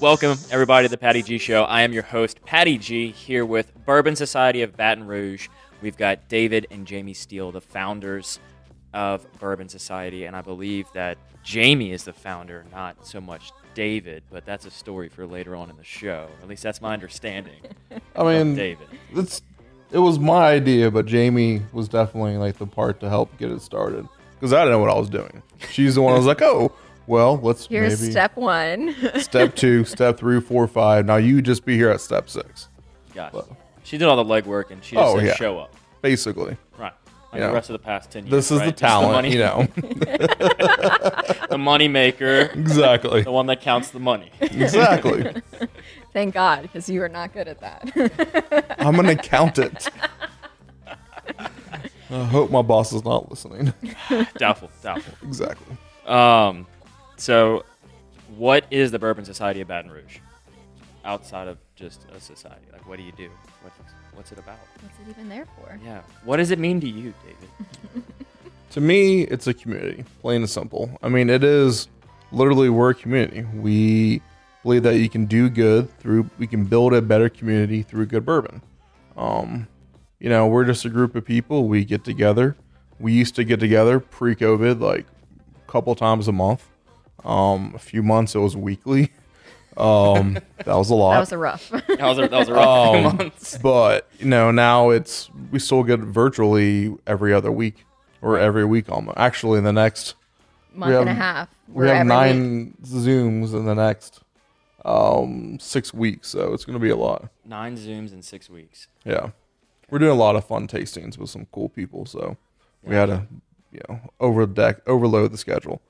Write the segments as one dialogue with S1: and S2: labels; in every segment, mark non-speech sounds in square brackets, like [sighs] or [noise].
S1: Welcome, everybody, to the Patty G Show. I am your host, Patty G, here with Bourbon Society of Baton Rouge. We've got David and Jamie Steele, the founders of Bourbon Society, and I believe that Jamie is the founder, not so much David, but that's a story for later on in the show. At least that's my
S2: [laughs]
S1: understanding
S2: I
S1: of
S2: mean,
S1: David.
S2: it's it was my idea, but Jamie was definitely like the part to help get it started because I didn't know what I was doing. She's the one I was like, oh, well, let's
S3: Here's
S2: maybe
S3: step one.
S2: step two, step three, four, five. Now you just be here at step six,
S1: Gosh. She did all the legwork and she just
S2: Oh,
S1: said,
S2: yeah.
S1: show up.
S2: basically.
S1: Right. Like
S2: Yeah.
S1: the rest of the past 10 years.
S2: This is
S1: right?
S2: the
S1: Just
S2: talent,
S1: money,
S2: you know.
S1: [laughs] the money
S2: [laughs]
S1: maker,
S2: exactly,
S1: the one that counts the money.
S2: exactly.
S3: [laughs] Thank God, because you are not good at that. [laughs]
S2: I'm
S1: [laughs]
S2: an accountant. I hope my boss is not listening. [laughs]
S1: doubtful, doubtful.
S2: exactly.
S1: Um, so, what is the Bourbon Society of Baton Rouge outside of just a society? Like, what do you do? What's, what's it about?
S3: What's it even there for?
S1: Yeah. What does it mean to you, David?
S2: To me, it's a community, plain and simple. I mean, it is literally we're a community. We believe that you can do good through, we can build a better community through good bourbon. Um, you know, we're just a group of people. We get together. We used to get together pre COVID, like a couple times a month. Um, a few months it was weekly. [laughs] Um, that was a lot.
S3: That was a
S1: [laughs]
S3: rough. [laughs]
S1: That was a, that was a rough [laughs] few
S2: Um,
S1: months.
S2: but you know, now it's we still get virtually every other week or every week almost. Actually, in the next
S3: Month and a
S2: have-
S3: half.
S2: we
S3: We're
S2: have
S3: every week.
S2: nine zooms in the next um six weeks, so it's gonna be a lot.
S1: Nine Zooms in six weeks.
S2: Yeah, we're doing a lot of fun tastings with some cool people, so we had to you know over deck overload the schedule.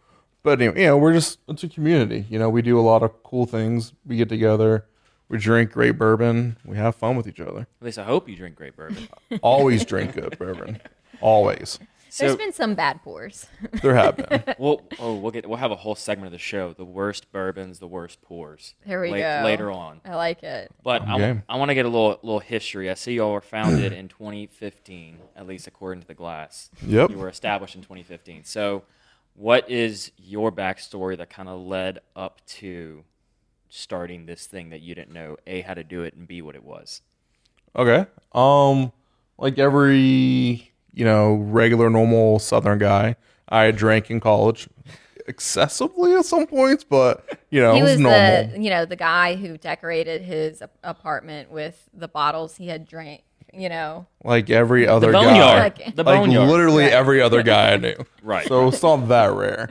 S2: But anyway, you know, we're just it's a community. You know, we do a lot of cool things. We get together. We drink great bourbon. We have fun with each other.
S1: At least I hope you drink great [laughs] bourbon.
S2: always drink good bourbon. Always.
S3: There's
S1: So,
S3: been some bad pours. [laughs]
S2: There have been.
S1: we'll, oh, we'll get we'll have a whole segment of the show: the worst bourbons, the worst pours.
S3: Here we
S1: la-
S3: go.
S1: Later on.
S3: I like it.
S1: But I,
S2: Okay.
S1: want to get a little little history. I see y'all were founded in 2015, at least according to the glass.
S2: Yep.
S1: You were established in 2015. So, what is your backstory that kind of led up to starting this thing that you didn't know a how to do it and b what it was?
S2: Okay. Um, like every you know regular normal Southern guy, I drank in college, excessively at some points, but you know
S3: he
S2: it
S3: was
S2: was normal.
S3: the you know the guy who decorated his a- apartment with the bottles he had drank. You know,
S2: like every other guy,
S1: boneyard.
S2: like,
S3: Like-
S1: The boneyard.
S2: literally every other guy I knew.
S1: [laughs] Right.
S2: So it's not that rare.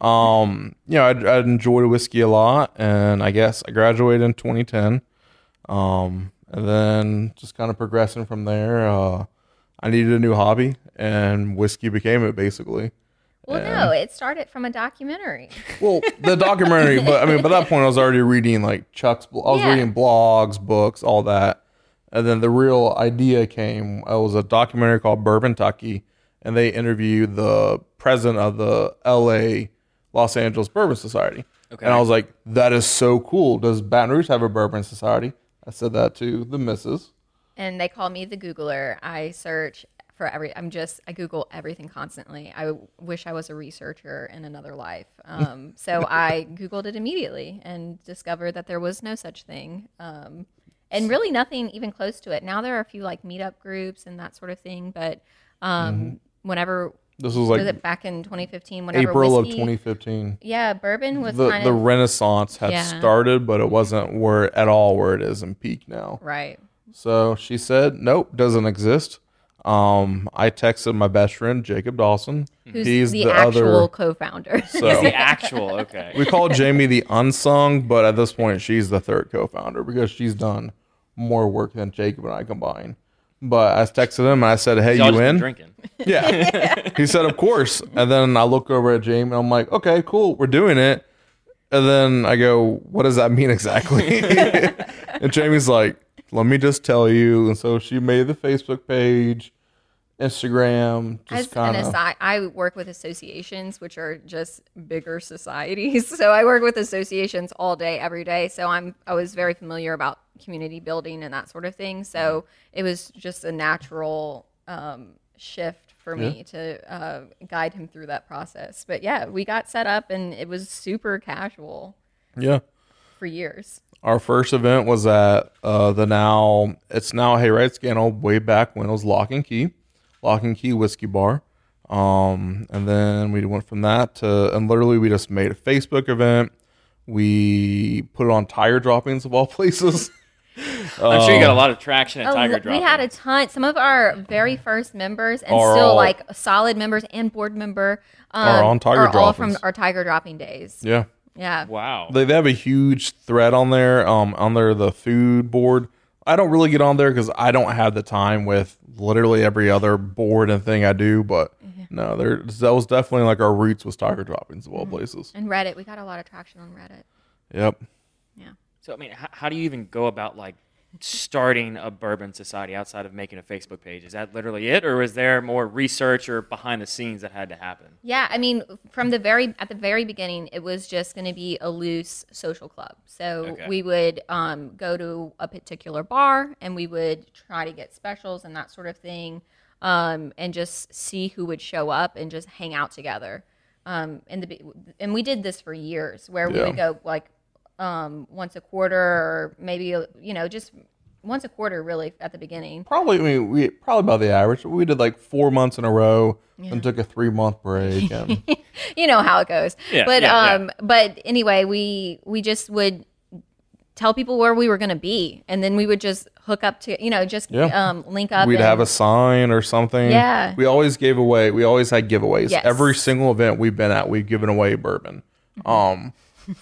S2: Um, you know, I, I enjoyed whiskey a lot, and I guess I graduated in 2010. Um, and then just kind of progressing from there. Uh, I needed a new hobby, and whiskey became it basically.
S3: well, no, it started from a documentary. [laughs]
S2: Well, the documentary, but I mean, by that point, I was already reading like Chuck's. bl- I was
S3: Yeah.
S2: reading blogs, books, all that, and then the real idea came. It was a documentary called Bourbon Tucky, and they interviewed the president of the L.A. Los Angeles Bourbon Society.
S1: Okay.
S2: And I was like, "That is so cool." Does Baton Rouge have a bourbon society? I said that to the missus.
S3: and they call me the Googler. I search for every. I'm just. I Google everything constantly. I w- wish I was a researcher in another
S2: [laughs]
S3: life. Um, so I Googled it immediately and discovered that there was no such thing, um, and really nothing even close to it. Now there are a few like meetup groups and that sort of thing, but um, whenever
S2: Mm-hmm. This was like
S3: was it back in 2015? Whenever
S2: April of
S3: whiskey-
S2: 2015.
S3: Yeah, bourbon was
S2: The
S3: kind
S2: the
S3: of
S2: Renaissance had
S3: Yeah.
S2: started, but it wasn't where at all where it is in peak now.
S3: right.
S2: So she said, "Nope, doesn't exist." Um, I texted my best friend Jacob Dawson.
S3: Who's the, actual co-founder? [laughs]
S2: So
S1: The actual okay.
S2: we call Jamie the unsung, but at this point, she's the third co-founder because she's done more work than Jacob and I combined. But I texted him and I said, "Hey,
S1: Y'all
S2: you
S1: just been
S2: in?"
S1: drinking.
S3: [laughs]
S2: Yeah. he said, of course. And then I look over at Jamie and I'm like, okay, cool, we're doing it. And then I go, what does that mean exactly? [laughs] and Jamie's like, let me just tell you. And so she made the Facebook page, Instagram,
S3: As
S2: just
S3: an
S2: kind of.
S3: aside, I work with associations, which are just bigger societies. [laughs] So I work with associations all day, every day. So I'm I was very familiar about community building and that sort of thing. So it was just a natural um, shift for me to uh, guide him through that process. But yeah, we got set up, and it was super casual
S2: Yeah.
S3: for years.
S2: Our first event was at uh, the now it's now Hayride Scandal oh, way back when it was Lock and Key, Lock and Key Whiskey Bar, um, and then we went from that to and literally we just made a Facebook event. We put it on tire droppings of all [laughs] places.
S1: I'm sure you got a lot of traction at
S3: Oh,
S1: Tiger
S3: look,
S1: Drop.
S3: we had a ton. Some of our very first members and
S2: Mm-hmm. Are
S3: still
S2: all-
S3: like solid members and board member um,
S2: Are on Tiger
S3: all from
S2: Droppings.
S3: our tiger dropping days.
S2: yeah,
S3: Yeah.
S1: wow.
S2: they, they have a huge thread on there um on their the food board i don't really get on there because i don't have the time with literally every other board and thing i do but no there that was definitely like our roots was tiger droppings of all
S3: Mm-hmm.
S2: places
S3: And Reddit, we got a lot of traction on Reddit.
S2: yep
S3: Yeah.
S1: So I mean, how, how do you even go about like starting a bourbon society outside of making a Facebook page? Is that literally it, or was there more research or behind the scenes that had to happen?
S3: Yeah, I mean, from the very at the very beginning, it was just going to be a loose social club. So
S1: Okay.
S3: we would um, go to a particular bar and we would try to get specials and that sort of thing, um, and just see who would show up and just hang out together. Um, and the be- and we did this for years, where we
S2: Yeah.
S3: would go like um, once a quarter or maybe you know just once a quarter, really at the beginning.
S2: probably i mean we probably about the average we did like four months in a row and took a three month
S3: [laughs]
S2: break and
S3: you know how it goes.
S1: Yeah,
S3: but
S1: yeah, yeah.
S3: um but anyway, we we just would tell people where we were going to be and then we would just hook up to you know just
S2: Yeah.
S3: um link up
S2: we'd
S3: and- [laughs]
S2: have a sign or something
S3: Yeah.
S2: we always gave away we always had giveaways
S3: Yes.
S2: every single event we've been at we've given away bourbon um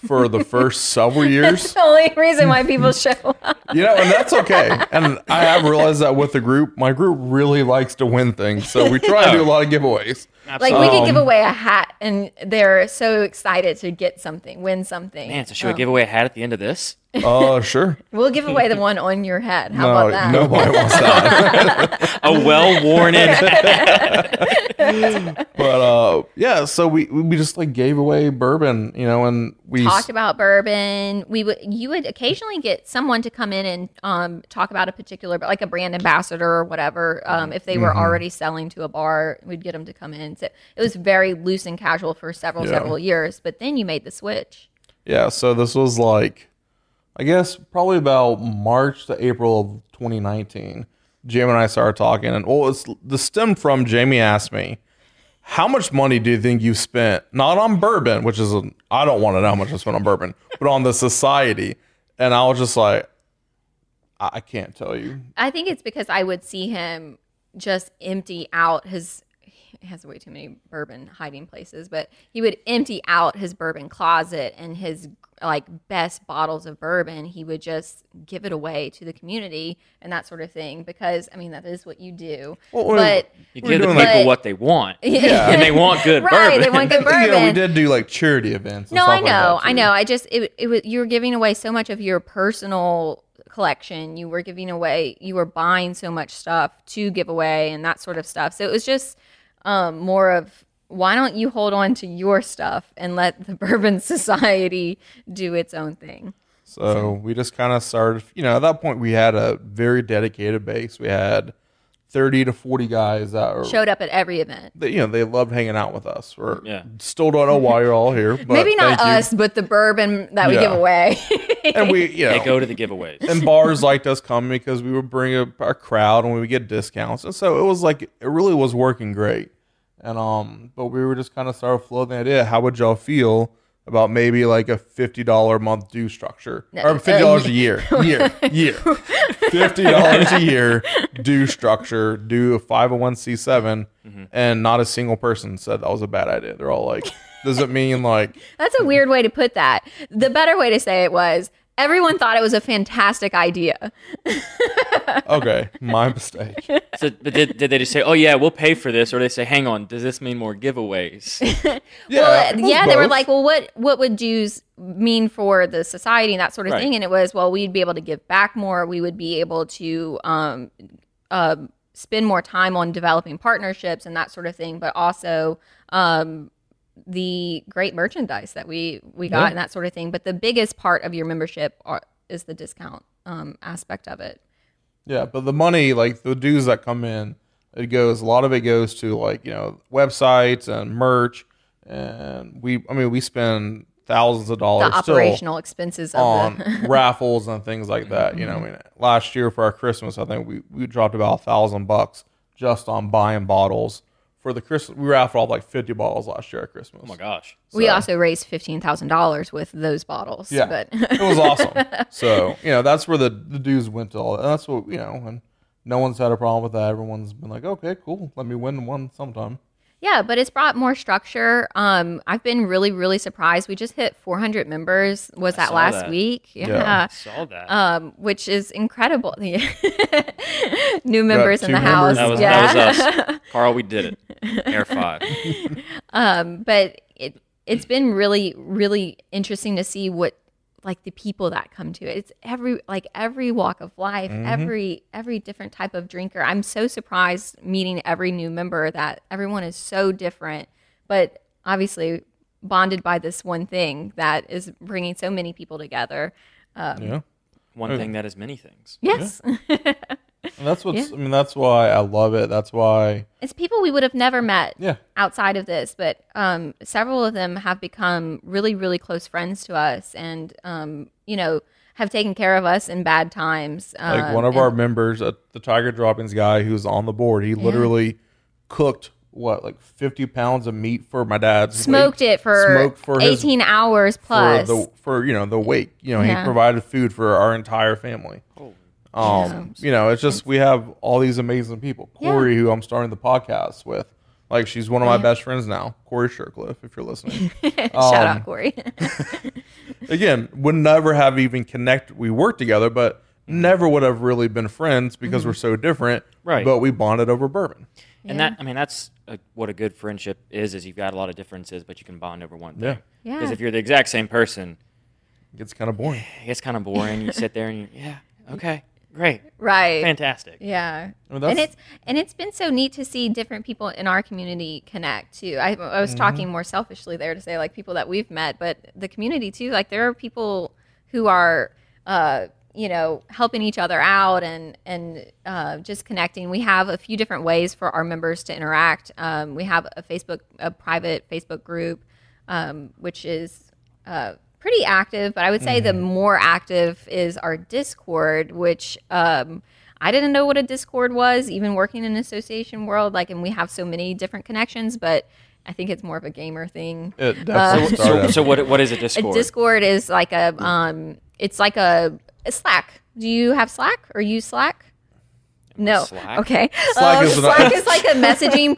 S2: for
S3: [laughs]
S2: the first several years
S3: the only reason why
S2: [laughs]
S3: people show up.
S2: You know, and that's okay. And I have realized that with the group, my group really likes to win things, so we try to do a lot of giveaways.
S3: Like we could give away a hat and they're so excited to get something, win something.
S1: Man, so should we give away a hat at the end of this?
S2: Uh, sure.
S3: We'll give
S1: [laughs]
S3: away the one on your head. How
S2: No,
S3: about that?
S2: nobody wants
S3: [laughs]
S2: that.
S1: A well-worn in hat.
S2: But uh, yeah, so we we just like gave away bourbon, you know, and we
S3: Talked about bourbon. We would you would occasionally get someone to come in and um, talk about a particular like a brand ambassador or whatever. Um, if they were already selling to a bar, we'd get them to come in. So it was very loose and casual for several
S2: Yeah.
S3: several years. But then you made the switch.
S2: yeah. So this was like, I guess probably about March to April of 2019. Jamie and I started talking, and well, it's the stem from Jamie asked me. How much money do you think you spent? Not on bourbon, which is a, I don't want to know how much I spent on bourbon, [laughs] but on the society. And I was just like, I, I can't tell you.
S3: I think it's because I would see him just empty out his. He has way too many bourbon hiding places, but he would empty out his bourbon closet and his like best bottles of bourbon. He would just give it away to the community and that sort of thing because I mean that is what you do.
S2: Well, we-
S3: but
S1: You
S2: We're
S1: give the
S2: doing
S1: people
S3: like-
S1: what they want,
S3: Yeah.
S1: and they
S3: [laughs]
S1: want good
S3: right,
S1: bourbon.
S3: they
S2: [laughs]
S3: want good bourbon.
S2: You know, we did do like charity events. and
S3: No,
S2: stuff
S3: I
S2: like that,
S3: know, I
S2: too.
S3: know. I just it it was you were giving away so much of your personal collection. You were giving away, you were buying so much stuff to give away and that sort of stuff. So it was just um, more of why don't you hold on to your stuff and let the [laughs] Bourbon Society do its own thing.
S2: So we just kind of started, you know, at that point we had a very dedicated base. We had 30 to 40 guys that were,
S3: Showed up at every event.
S2: that, you know, they loved hanging out with us. We're
S1: Yeah.
S2: still don't know why you're all
S3: [laughs]
S2: here, but
S3: Maybe
S2: thank
S3: not
S2: you.
S3: us, but the bourbon that we
S2: Yeah.
S3: give away. [laughs]
S2: And we,
S1: [laughs]
S2: you
S1: They
S2: know,
S1: go to the giveaways.
S2: and bars liked us coming because we would bring a, a crowd and we would get discounts. And so it was like, it really was working great. And, um, but we were just kind of started floating the idea. How would y'all feel about maybe like a $50 a month due structure or $50 a
S3: uh,
S2: year, year,
S3: [laughs]
S2: year, $50 a year due structure, do a 501c7. And not a single person said that was a bad idea. They're all like, does it mean like,
S3: That's a weird way to put that. The better way to say it was everyone thought it was a fantastic idea.
S2: okay, my mistake.
S3: [laughs]
S1: So, but did, did they just say, "Oh yeah, we'll pay for this," or they say, "Hang on, does this mean more
S3: [laughs]
S1: giveaways?" Oh
S2: Yeah,
S3: well,
S2: it was
S3: yeah, they were
S2: both.
S3: like, well, what what would dues mean for the society and that sort of
S1: Right.
S3: thing? And it was, well, we'd be able to give back more. We would be able to um, uh, spend more time on developing partnerships and that sort of thing, but also um, the great merchandise that we we got
S2: Yeah.
S3: and that sort of thing. But the biggest part of your membership are, is the discount um, aspect of it.
S2: Yeah, but the money, like the dues that come in, it goes a lot of it goes to like, you know, websites and merch and we I mean we spend thousands of
S3: the
S2: dollars Oh, still
S3: operational expenses of
S2: on [laughs]
S3: the
S2: raffles and things like that. You know, I
S3: Mm-hmm.
S2: mean, last year for our Christmas, I think we, we dropped about a thousand bucks just on buying bottles for the Christmas. We raffled off like fifty bottles last year at Christmas.
S1: Oh my gosh.
S3: [laughs] we also raised fifteen thousand dollars with those bottles.
S2: Yeah,
S3: But
S2: it was
S3: [laughs]
S2: awesome. So you know, that's where the the dues went to all. And that's what you know, and no one's had a problem with that. Everyone's been like, okay, cool, let me win one sometime.
S3: yeah, but it's brought more structure. Um I've been really, really surprised. We just hit four hundred members was that
S1: saw
S3: last
S1: that.
S3: week.
S1: I
S3: Yeah.
S1: saw that.
S3: Um, which is incredible. [laughs] New members in
S2: two
S3: the
S2: members
S3: house.
S1: that was
S3: yeah. [laughs]
S1: that was us. Carl, we did it. Air five.
S3: um, but it it's been really really interesting to see what like the people that come to it. It's every like every walk of life, every every different type of drinker. I'm so surprised meeting every new member that everyone is so different, but obviously bonded by this one thing that is bringing so many people together. Uh,
S2: yeah.
S1: One thing that is many things.
S3: Yes. [laughs]
S2: And that's what's. I mean, that's why I love it. That's why.
S3: it's people we would have never met
S2: Yeah.
S3: outside of this, but um, several of them have become really, really close friends to us, and um, you know have taken care of us in bad times. Um,
S2: Like one of
S3: and-
S2: our members, uh, the Tiger Droppings guy who's on the board, he literally cooked what like fifty pounds of meat for my dad's wake-
S3: smoked it for,
S2: smoked for his-
S3: eighteen hours
S2: for
S3: plus. [laughs]
S2: the for you know the wake. You know, he
S3: Yeah.
S2: provided food for our entire family. Um, you know, it's just we have all these amazing people.
S3: Yeah.
S2: Corey, who I'm starting the podcast with, like she's one of my
S3: Yeah.
S2: best friends now. Corey Shercliffe, if you're listening. [laughs]
S3: Shout
S2: um,
S3: out Corey. [laughs]
S2: again, would never have even connected. We worked together, but never would have really been friends because we're
S3: Mm-hmm.
S2: so different.
S1: Right.
S2: But we bonded over bourbon.
S1: And that, I mean, that's uh what a good friendship is, is you've got a lot of differences, but you can bond over one thing.
S2: Yeah.
S1: Because
S3: Yeah.
S1: if you're the exact same person,
S2: It gets kind of boring.
S1: it gets kind of boring. You sit there and you, yeah, okay, great,
S3: right.
S1: fantastic.
S3: Yeah.
S2: Well,
S3: and
S2: that's-
S3: it's and it's been so neat to see different people in our community connect too. I, I was talking
S2: Mm-hmm.
S3: more selfishly there to say like people that we've met, but the community too. Like there are people who are, uh, you know, helping each other out and and uh, just connecting. We have a few different ways for our members to interact. Um, we have a Facebook, a private Facebook group, um, which is uh, pretty active, but I would say the
S2: Mm-hmm.
S3: more active is our Discord, which um, I didn't know what a Discord was, even working in association world. Like, and we have so many different connections, but I think it's more of a gamer thing.
S2: It definitely
S1: So,
S2: started.
S1: so what, what is a
S3: A
S1: Discord?
S3: Discord is like a, um, it's like a, a Slack. Do you have Slack or use Slack? No.
S1: Slack?
S3: Okay.
S2: Slack
S3: Um,
S2: is an-
S3: Slack is like a messaging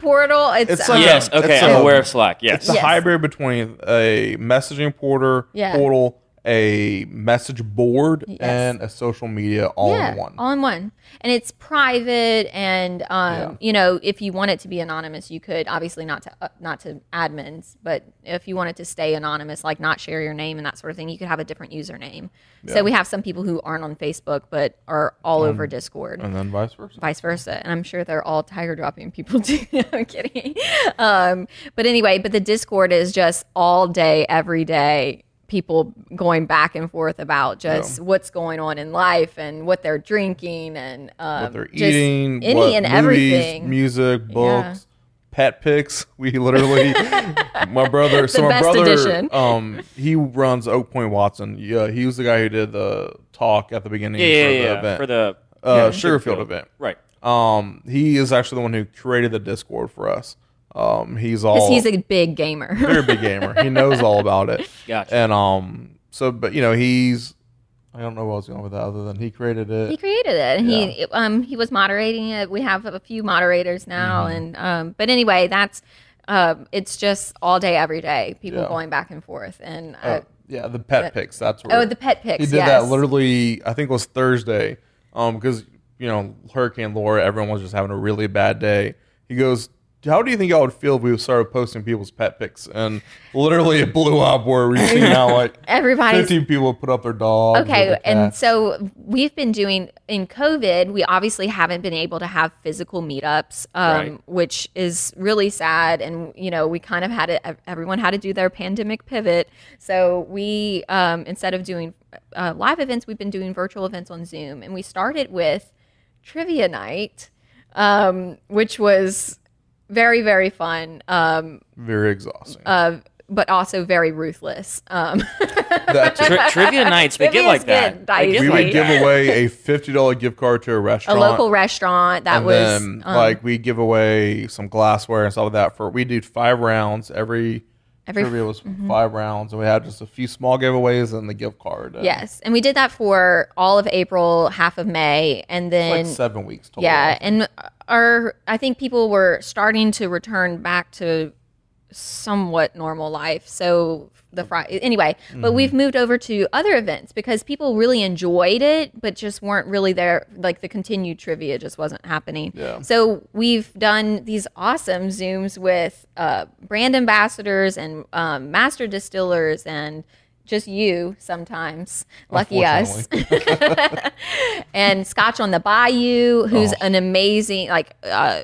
S2: [laughs]
S3: portal. It's,
S2: It's
S3: um,
S2: like
S1: yes,
S2: Yeah,
S1: okay,
S2: it's,
S1: I'm
S2: um,
S1: aware of Slack. Yes.
S2: It's a
S3: Yes.
S2: hybrid between a messaging porter,
S3: Yeah.
S2: portal, a message board, and a social media all in one.
S3: All in one. And it's private and um, you know, if you want it to be anonymous, you could obviously not to uh, not to admins, but if you wanted to stay anonymous, like not share your name and that sort of thing, you could have a different username. So we have some people who aren't on Facebook but are all
S2: Um,
S3: over Discord
S2: and then vice versa.
S3: vice versa. And I'm sure they're all tiger dropping people [laughs] too. I'm kidding. Um, but anyway, but the Discord is just all day, every day, people going back and forth about just what's going on in life and what they're drinking and um,
S2: What they're
S3: just
S2: eating,
S3: any
S2: what
S3: and
S2: movies,
S3: everything.
S2: music,
S3: Yeah.
S2: books, pet pics. [laughs] We
S3: [laughs]
S2: literally, my brother. So
S3: The
S2: my
S3: best
S2: brother,
S3: edition.
S2: um, he runs Oak Point Watson. Yeah, he was the guy who did the talk at the beginning
S1: yeah, yeah,
S2: for the
S1: yeah.
S2: event,
S1: For the,
S2: uh, Sugarfield event.
S1: right.
S2: Um, he is actually the one who created the Discord for us. Um, he's all
S3: Because he's a big gamer. [laughs]
S2: very big gamer. He knows all about it.
S1: Gotcha.
S2: And um, so but you know he's I don't know what I was going with that other than he created it.
S3: He created it. and He um he was moderating it. We have a few moderators now,
S2: Mm-hmm.
S3: and um but anyway, that's um it's just all day, every day, people
S2: Yeah.
S3: going back and forth. And
S2: Uh,
S3: I,
S2: yeah, the pet pics. That's where
S3: Oh, the pet pics.
S2: he did
S3: yes.
S2: that literally. I think it was Thursday. Um, because you know Hurricane Laura, everyone was just having a really bad day. He goes. How do you think I would feel if we started posting people's pet pics? And literally, it blew up where we see now like
S3: [laughs] Everybody's
S2: fifteen people put up their dogs. or
S3: okay.
S2: their
S3: And
S2: cats.
S3: so we've been doing in COVID. We obviously haven't been able to have physical meetups, um,
S1: Right.
S3: which is really sad. And you know, we kind of had it. ev- Everyone had to do their pandemic pivot. So we um, instead of doing uh, live events, we've been doing virtual events on Zoom, and we started with trivia night, um, which was very very fun. Um,
S2: very exhausting.
S3: uh, but also very ruthless. Um, [laughs]
S2: That too.
S1: Tri- trivia nights, they get
S3: Trivia's
S1: like that.
S3: good,
S1: They get
S2: we
S3: dicey.
S1: like
S2: would give
S3: [laughs]
S2: away a fifty dollar gift card to a
S3: a
S2: restaurant.
S3: local restaurant that
S2: and
S3: was
S2: then,
S3: um,
S2: like we give away some glassware and stuff like that for we do five rounds every
S3: Every- mm-hmm.
S2: trivia was five rounds and we had just a few small giveaways and the gift card. And
S3: yes, and we did that for all of April, half of May, and then
S2: like seven weeks total.
S3: yeah, and our I think people were starting to return back to somewhat normal life. So the Friday, anyway, but we've moved over to other events because people really enjoyed it, but just weren't really there. Like the continued trivia just wasn't happening.
S2: Yeah.
S3: So we've done these awesome zooms with uh, brand ambassadors and um, master distillers and just you sometimes. Lucky us
S2: [laughs]
S3: and Scotch on the Bayou, who's an amazing like uh,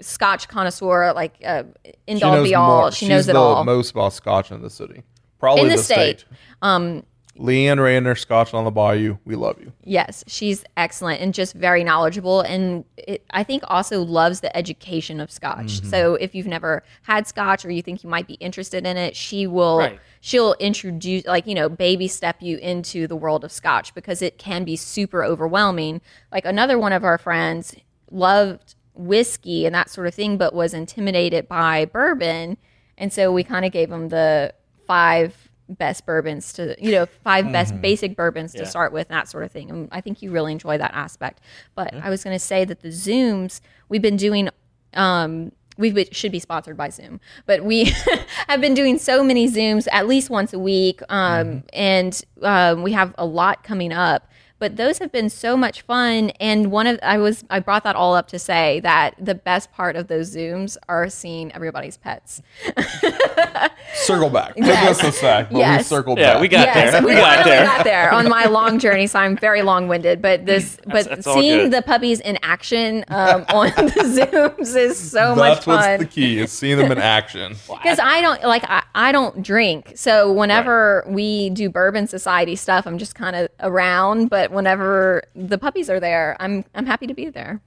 S3: Scotch connoisseur, like uh, end
S2: She
S3: all
S2: knows
S3: be all.
S2: more-
S3: She
S2: she's
S3: knows it
S2: the
S3: all.
S2: most about scotch in the city, probably
S3: In the
S2: state.
S3: state.
S2: Um, Leanne Rander, Scotch on the Bayou. We love you.
S3: yes, she's excellent and just very knowledgeable, and it, I think also loves the education of Scotch.
S2: Mm-hmm.
S3: So if you've never had Scotch or you think you might be interested in it, she will.
S1: Right.
S3: She'll introduce, like, you know, baby step you into the world of Scotch because it can be super overwhelming. Like, another one of our friends loved whiskey and that sort of thing, but was intimidated by bourbon. And so we kind of gave him the five best bourbons to, you know, 5 best basic bourbons
S1: Yeah.
S3: to start with, and that sort of thing. And I think you really enjoy that aspect. But I was going to say that the Zooms we've been doing, um, we would- should be sponsored by Zoom, but we [laughs] have been doing so many Zooms at least once a week,
S1: Mm-hmm.
S3: um, and um, we have a lot coming up but those have been so much fun and one of i was i brought that all up to say that the best part of those zooms are seeing everybody's pets
S2: Circle
S3: [laughs]
S2: back. Took
S3: Yes.
S2: us a sec, but we
S3: Yes.
S2: circled
S1: Yeah,
S2: back.
S1: we got there. We got
S3: finally
S1: there.
S3: got there on my
S1: [laughs]
S3: long journey so i'm very long-winded but this but
S1: that's all good.
S3: seeing the puppies in action um, on
S1: [laughs]
S3: the zooms is so much
S2: That's
S3: fun
S2: what's the key is seeing them in
S3: [laughs]
S2: action.
S3: because I don't like I, I don't drink. So whenever we do bourbon society stuff, I'm just kind of around. But whenever the puppies are there, I'm I'm happy to be there.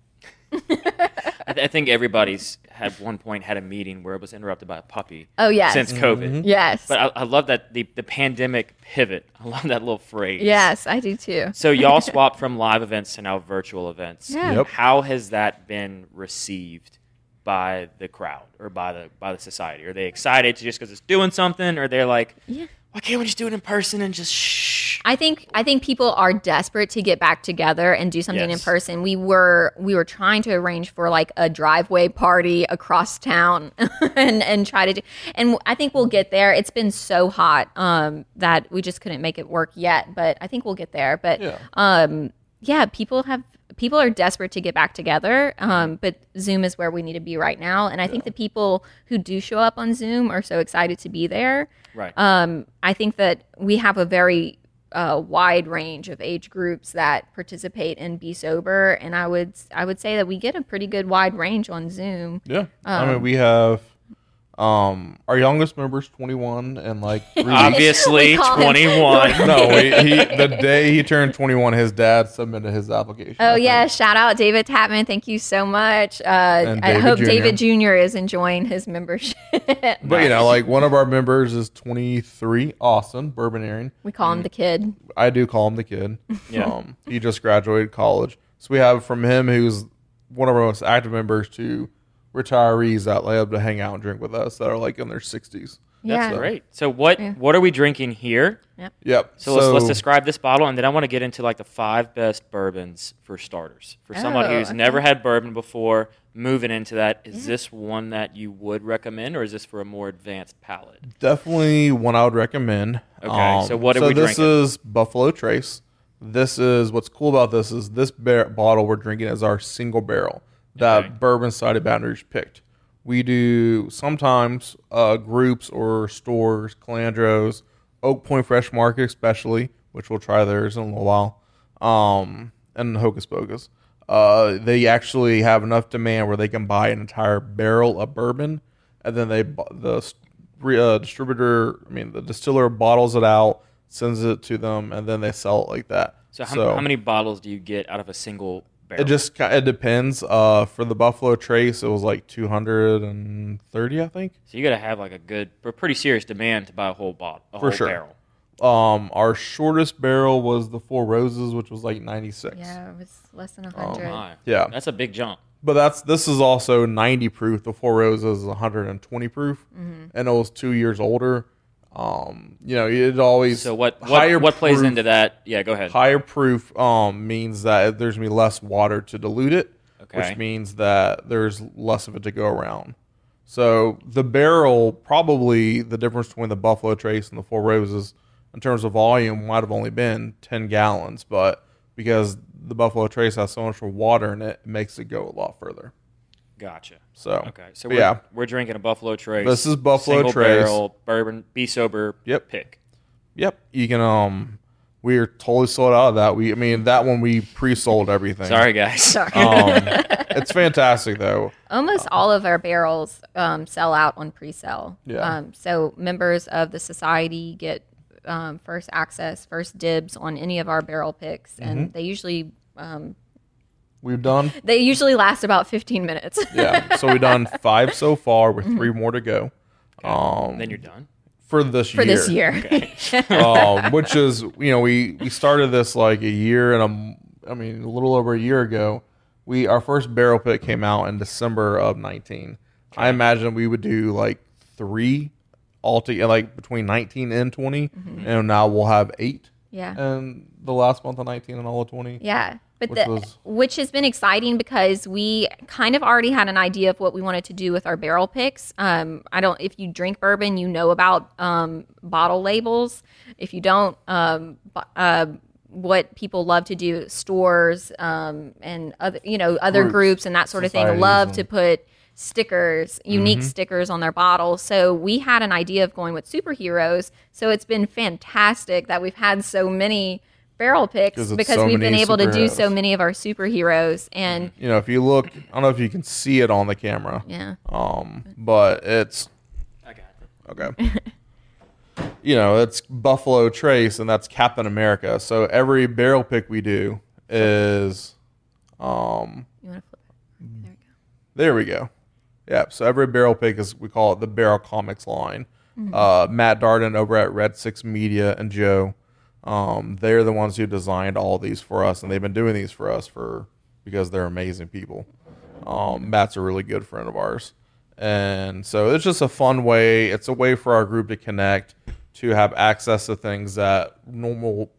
S1: I, th- I think everybody's had one point had a meeting where it was interrupted by a puppy.
S3: Oh, yes.
S1: since COVID.
S3: Yes,
S1: But I, I love that the, the pandemic pivot. [laughs] I love that little phrase.
S3: yes, I do too.
S1: So
S3: [laughs]
S1: y'all swapped from live events to now virtual events.
S3: Yeah.
S2: Yep.
S1: How has that been received by the crowd or by the by the society? Are they excited to just because it's doing something, or they're like,
S3: Yeah.
S1: why can't we just do it in person and just shh?
S3: I think I think people are desperate to get back together and do something
S1: Yes.
S3: in person. We were we were trying to arrange for like a driveway party across town [laughs] and and try to do and I think we'll get there. It's been so hot um that we just couldn't make it work yet, but I think we'll get there. But
S2: Yeah.
S3: um yeah, people have people are desperate to get back together. Um but Zoom is where we need to be right now and I think the people who do show up on Zoom are so excited to be there
S1: Right.
S3: um, I think that we have a very uh, wide range of age groups that participate in Be Sober, and I would I would say that we get a pretty good wide range on Zoom.
S2: Yeah. I mean, we have um our youngest member's 21 and
S3: [laughs]
S2: like three weeks.
S1: Obviously,
S3: We call him-
S1: twenty one.
S2: No, we, he, the day he turned 21, his dad submitted his application. I
S3: Oh
S2: think.
S3: yeah! Shout out David Tapman. Thank you so much. Uh, I
S2: David
S3: hope
S2: Jr..
S3: David Jr. is enjoying his membership. [laughs]
S2: But you know, like one of our members is 23, Austin Bourbon Aaron.
S3: we call
S1: Mm.
S3: him the kid.
S2: I do call him the kid.
S1: Yeah.
S2: Um, he just graduated college, so we have from him, who's one of our most active members, to retirees that love to hang out and drink with us that are like in their 60s.
S1: That's
S3: yeah.
S1: great. So what what are we drinking here?
S2: Yep.
S1: So, let's, let's describe this bottle, and then I want to get into like the five best bourbons for starters. For someone
S3: Oh,
S1: who's
S3: okay.
S1: never had bourbon before, moving into that, is this one that you would recommend, or is this for a more advanced palate?
S2: Definitely one I would recommend. Um,
S1: Okay, so what are we
S2: this
S1: drinking?
S2: is Buffalo Trace. This is what's cool about this is this bar- bottle we're drinking is our single barrel that bourbon sided Baton Rouge picked. We do sometimes uh, groups or stores, Calandros, Oak Point Fresh Market especially, which we'll try theirs in a little while, um, and Hocus Pocus. Uh, they actually have enough demand where they can buy an entire barrel of bourbon and then they bu- the s- re- uh, distributor, I mean the distiller bottles it out, sends it to them, and then they sell it like that.
S1: So how, how many bottles do you get out of a single barrel?
S2: It just ki- it depends. Uh, for the Buffalo Trace, it was like 230, I think.
S1: so you got to have like a good, a pretty serious demand to buy a whole bottle, a
S2: For
S1: whole
S2: sure.
S1: barrel.
S2: Um, our shortest barrel was the Four Roses, which was like 96.
S3: Yeah, it was less than
S1: Oh
S3: 100.
S1: my,
S2: Yeah.
S1: that's a big jump.
S2: But that's this is also 90 proof. The Four Roses is 120 proof, and it was two years older. Um, you know, it always
S1: So what what, what plays
S2: proof-
S1: into that? Yeah, go ahead.
S2: higher proof um, means that there's gonna be less water to dilute it,
S1: Okay.
S2: which means that there's less of it to go around. So the barrel, probably the difference between the Buffalo Trace and the Four Roses in terms of volume might have only been 10 gallons, but because the Buffalo Trace has so much more water in it, it makes it go a lot further.
S1: Gotcha.
S2: So
S1: Okay, so
S2: but
S1: we're,
S2: yeah,
S1: we're drinking a Buffalo Trace.
S2: This is Buffalo
S1: single
S2: Trace.
S1: barrel bourbon. Be sober.
S2: Yep.
S1: Pick.
S2: yep, you can um. We are totally sold out of that. We, I mean, that one we pre-sold everything.
S1: Sorry, guys.
S3: Sorry.
S1: [laughs]
S2: um, it's fantastic though.
S3: Almost all of our barrels um, sell out on pre-sale.
S2: Yeah.
S3: Um, so members of the society get um, first access, first dibs on any of our barrel picks, and they usually um,
S2: We've done
S3: they usually last about 15 minutes. [laughs]
S2: yeah. So we've done five so far with
S3: Mm-hmm.
S2: three more to go. Um,
S1: Then you're done.
S2: for this
S3: For
S2: year.
S3: this year,
S2: [laughs] um, which is you know we we started this like a year and a m- I mean a little over a year ago. We our first barrel pit came out in December of nineteen. I imagine we would do like three altogether, like between nineteen and 20
S3: Mm-hmm.
S2: and now we'll have eight.
S3: [laughs] yeah,
S2: And the last month of nineteen and all of twenty.
S3: yeah. But
S2: Which
S3: the,
S2: was-
S3: which has been exciting because we kind of already had an idea of what we wanted to do with our barrel picks. Um, I don't. If you drink bourbon, you know about um, bottle labels. If you don't, um, bu- uh, what people love to do, stores um, and other, you know, other
S2: Groups,
S3: groups, and that sort of thing
S2: societies
S3: love
S2: and- Mm-hmm.
S3: to put stickers, unique stickers on their bottles. So we had an idea of going with superheroes. So it's been fantastic that we've had so many barrel picks
S2: 'Cause it's
S3: because
S2: so
S3: we've been
S2: many
S3: able to do so
S2: superheroes. Mm-hmm.
S3: many of our superheroes and
S2: You know, if you look, I don't know if you can see it on the camera.
S3: yeah.
S2: Um, but it's
S1: I got it.
S2: Okay. you know, it's Buffalo Trace, and that's Captain America. So every barrel pick we do is, um,
S3: You want to flip
S2: Mm.
S3: it? There we go.
S2: there we go. Yeah. So every barrel pick is we call it the Barrel Comics line. Uh, Matt Darden over at Red Six Media and Joe, um, they're the ones who designed all these for us, and they've been doing these for us for because they're amazing people. Um, Matt's a really good friend of ours. And so it's just a fun way. It's a way for our group to connect, to have access to things that normal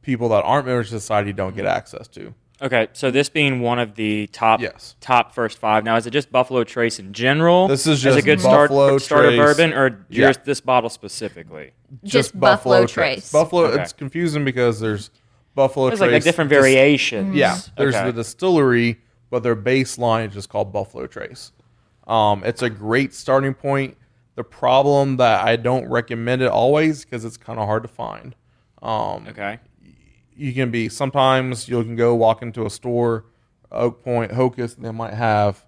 S2: people that aren't members of society don't get access to.
S1: Okay, so this being one of the top
S2: Yes.
S1: top first five. Now, is it just Buffalo Trace in general?
S2: This is
S1: as a
S2: just
S1: good
S2: Buffalo
S1: start, starter
S2: Trace.
S1: bourbon, or
S2: Yeah.
S1: just this bottle specifically?
S3: Just, Buffalo, Trace.
S2: Buffalo.
S1: Okay.
S2: It's confusing because there's Buffalo
S1: There's
S2: Trace.
S1: like a different
S2: dis-
S1: variations.
S2: Yeah, there's
S1: Okay.
S2: the distillery, but their baseline is just called Buffalo Trace. Um, it's a great starting point. The problem that I don't recommend it always because it's kind of hard to find. Um,
S1: okay.
S2: you can be sometimes you can go walk into a store, Oak Point, Hocus, and they might have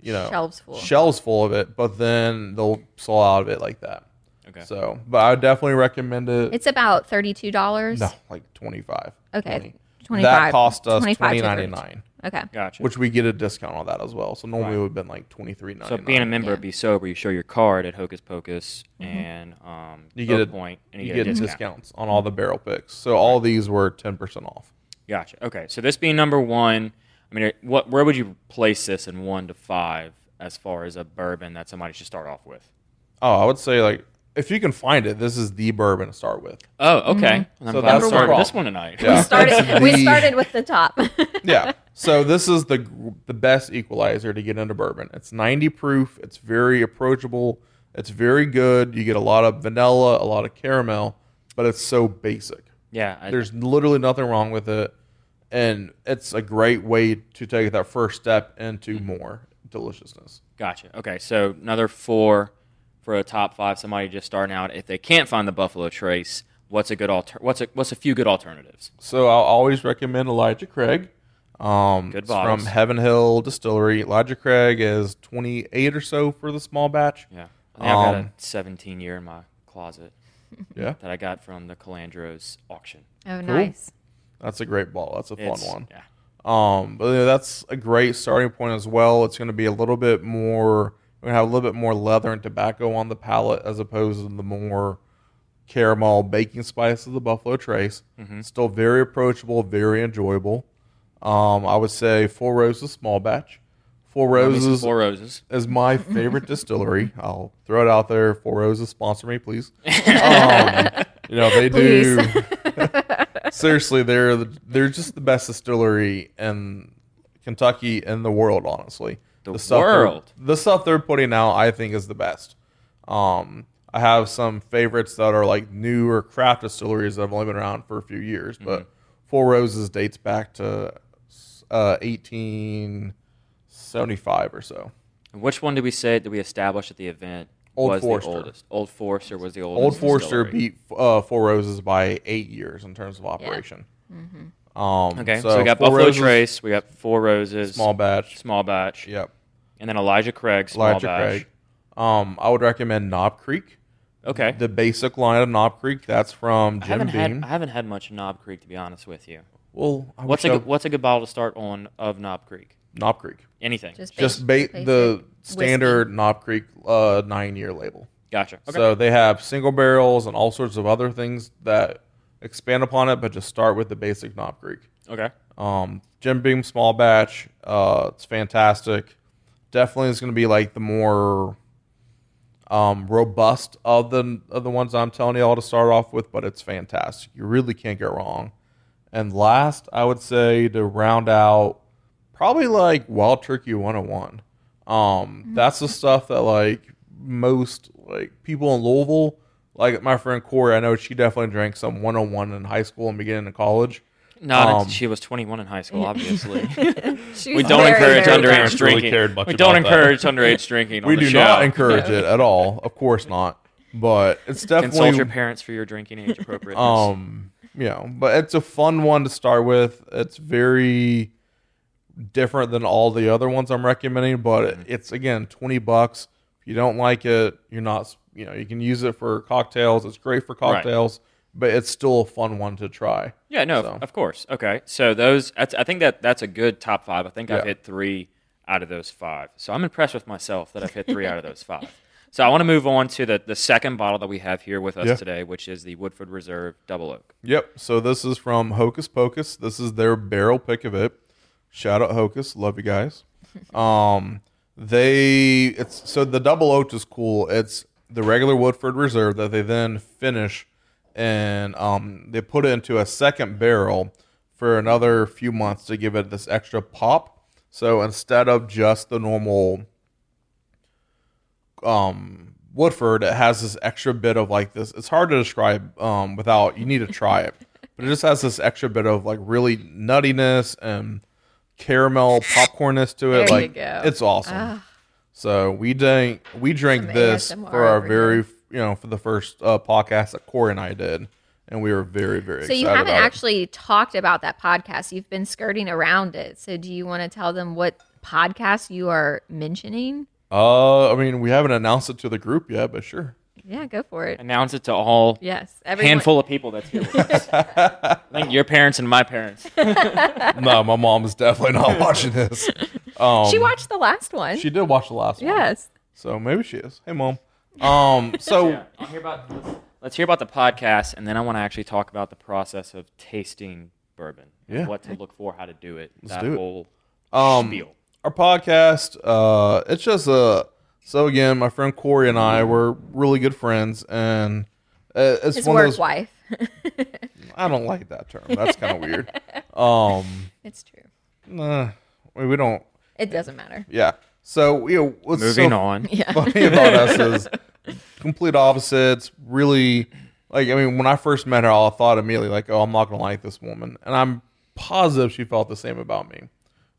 S2: you know
S3: Shelves full.
S2: shelves full of it, but then they'll sell out of it like that.
S1: Okay.
S2: So, but I would definitely recommend it.
S3: It's about $32.
S2: No, like twenty five.
S3: Okay.
S2: That
S3: 25
S2: cost us
S3: $25
S2: twenty
S3: to
S2: ninety nine,
S3: Okay.
S1: Gotcha.
S2: which we get a discount on that as well. So normally
S1: Right.
S2: it would have been like twenty three ninety
S1: so
S2: nine.
S1: being a member of
S3: Yeah.
S1: Be Sober, you show your card at Hocus Pocus, and um,
S2: Mm-hmm. You get
S1: Oak
S2: a-
S1: point, and
S2: you
S1: you,
S2: get
S1: a discount.
S2: discounts on all the barrel picks. So all these were ten percent off.
S1: Gotcha. Okay, so this being number one, I mean, what where would you place this in one to five as far as a bourbon that somebody should start off with?
S2: Oh, I would say like if you can find it, this is the bourbon to start
S3: [laughs]
S2: with.
S1: Oh, okay. And I'm
S2: So
S1: glad
S2: that's
S1: we started
S2: our
S1: with this one
S2: problem.
S1: tonight.
S2: Yeah.
S3: Mm-hmm. We
S1: [laughs]
S3: started, we
S2: The-
S3: started with
S2: [laughs]
S3: the top. Oh,
S2: yeah. So this is the the best equalizer to get into bourbon. It's 90 proof. It's very approachable. It's very good. You get a lot of vanilla, a lot of caramel, but it's so basic.
S1: yeah I-
S2: There's literally nothing wrong with it, and it's a great way to take that first step into
S1: Mm-hmm.
S2: more deliciousness.
S1: Gotcha. Okay, so another four for a top five. Somebody just starting out. If they can't find the Buffalo Trace, what's a good alter? What's a what's a few good alternatives?
S2: So I'll always recommend Elijah Craig. Um,
S1: Good
S2: it's from
S1: bottles.
S2: Heaven Hill Distillery. Elijah Craig is 28 or so for the
S1: [laughs]
S2: small batch.
S1: Yeah, I think I've got a
S2: Um,
S1: 17 year in my closet
S2: Yeah.
S1: that I got from the Calandros auction.
S3: Oh, nice.
S2: That's a great ball. That's a fun
S1: It's-
S2: one.
S1: Yeah.
S2: Um, but you know, that's a great starting point as well. It's going to be a little bit more. We're going to have a little bit more leather and tobacco on the palate as opposed to the more caramel baking spice of the Buffalo Trace. Still very approachable, very enjoyable. Um, I would say Four Roses small batch. Four
S1: I mean, some
S2: Roses
S1: Four roses.
S2: is
S1: [laughs]
S2: my favorite distillery. I'll throw it out there. Four Roses sponsor
S1: [laughs]
S2: me, please. Um, you know they do. [laughs] seriously, they're the, they're just the best distillery in Kentucky in the world. Honestly,
S1: The
S2: stuff they're-
S1: world.
S2: the stuff they're putting out, I think, is the best. Um, I have some favorites that are like newer craft distilleries that have only been around for a few years,
S1: Mm-hmm.
S2: but Four Roses dates back to uh, 1875 or so.
S1: And which one did we say that we established at the event
S2: Old
S1: was
S2: Forester.
S1: the oldest? Old Forester was the oldest.
S2: Old Forester
S1: distillery.
S2: beat uh, Four Roses by eight years in terms of operation. Um,
S1: Okay, so, we got
S2: Four
S1: Buffalo
S2: Roses,
S1: Trace, we got Four Roses,
S2: small batch.
S1: small batch,
S2: Yep,
S1: and then Elijah Craig, small
S2: Elijah
S1: batch.
S2: Craig. Um, I would recommend Knob Creek,
S1: Okay,
S2: the basic line of Knob Creek. That's from
S1: I
S2: Jim
S1: haven't
S2: Beam.
S1: had I haven't had much Knob Creek to be honest with you.
S2: well, I
S1: What's a
S2: wish I-
S1: good, what's a good bottle to start on of Knob Creek?
S2: Knob Creek?
S1: Anything.
S3: Just,
S2: Just
S3: base-
S2: bait
S3: [laughs]
S2: the
S3: basic
S2: standard Knob Creek uh, nine-year label.
S1: gotcha. Okay.
S2: So they have single barrels and all sorts of other things that expand upon it, but just start with the basic Knob Creek.
S1: okay.
S2: Um, Jim Beam small batch, uh, it's fantastic. Definitely is going to be like the more um, robust of the of the ones I'm telling y'all to start off with, but it's fantastic. You really can't go wrong. And last, I would say to round out, probably like Wild Turkey 101. Um, that's the stuff that like most like people in Louisville, like my friend Corey, I know she definitely drank some 101 in high school and beginning of college.
S1: Not
S2: Um,
S1: until she was 21 in high school,
S3: [laughs]
S1: obviously.
S3: She
S1: we
S3: was
S1: don't
S3: very,
S1: encourage
S3: very
S2: under-
S1: underage
S2: parents really
S1: drinking.
S2: cared much
S1: we don't
S2: about that.
S1: encourage underage drinking. on
S2: [laughs] we
S1: the
S2: do
S1: show.
S2: not
S1: [laughs]
S2: encourage it at all. Of course not. But it's
S1: Consult your
S2: definitely
S1: parents for your drinking age appropriateness.
S2: um you know, but it's a fun one to start with. It's very different than all the other ones I'm recommending, but
S1: Mm-hmm.
S2: it- it's again 20 bucks. If you don't like it, you're not you know, you can use it for cocktails. It's great for cocktails, but it's still a fun one to try.
S1: yeah, no,
S2: so.
S1: of course. Okay, so those. That's, I think that that's a good top five. I think I've
S2: Yeah.
S1: hit three out of those five. So I'm impressed with myself that I've hit three out of those five. [laughs] So I want to move on to the, the second bottle that we have here with us
S2: Yeah.
S1: today, which is the Woodford Reserve Double Oak.
S2: Yep. So this is from Hocus Pocus. This is their barrel pick of it. Shout out Hocus. Love you guys. Um, they it's so the double oak is cool. It's the regular Woodford Reserve that they then finish and um, they put it into a second barrel for another few months to give it this extra pop. So instead of just the normal um Woodford, it has this extra bit of like this. It's hard to describe um without you need to try it, [laughs] but it just has this extra bit of like really nuttiness and caramel popcornness to it.
S3: There you
S2: like
S3: go. Ah.
S2: it's awesome. So we drank we drank
S3: Some
S2: this
S3: ASMR
S2: for our
S3: over
S2: very you know for the first uh, podcast that Corey and I did, and we were very very
S3: So
S2: excited
S3: you haven't
S2: about it.
S3: actually talked about that podcast. You've been skirting around it. So do you want to tell them what podcast you are mentioning?
S2: Uh, I mean, we haven't announced it to the group yet, but sure.
S3: [laughs] Yeah, go for it.
S1: Announce it to all
S3: Yes,
S1: handful of people that's here with us. I think your parents and my parents.
S2: no, my mom is definitely not watching this. Um,
S3: [laughs] She watched the last one.
S2: She did watch the last one.
S3: yes.
S2: So maybe she is. Hey, mom. Um.
S1: [laughs]
S2: So
S1: Yeah, I'll hear about, let's, let's hear about the podcast, and then I want to actually talk about the process of tasting bourbon. and
S2: Yeah.
S1: What to look for, how to do it. that
S2: do it.
S1: whole
S2: Um,
S1: spiel.
S2: our podcast, uh, it's just a. So again, my friend Corey and I were really good friends, and uh, it's
S3: His
S2: one
S3: work
S2: of those.
S3: wife. [laughs]
S2: I don't like that term. That's kind of weird. Um.
S3: it's true.
S2: Nah, we, we don't.
S3: It doesn't matter.
S2: Yeah. So you know, what's
S1: Moving
S2: so
S1: on.
S2: [laughs]
S3: Yeah.
S2: funny about us is complete opposites. Really, like I mean, when I first met her, I thought immediately like, "Oh, I'm not gonna like this woman," and I'm positive she felt the same about me.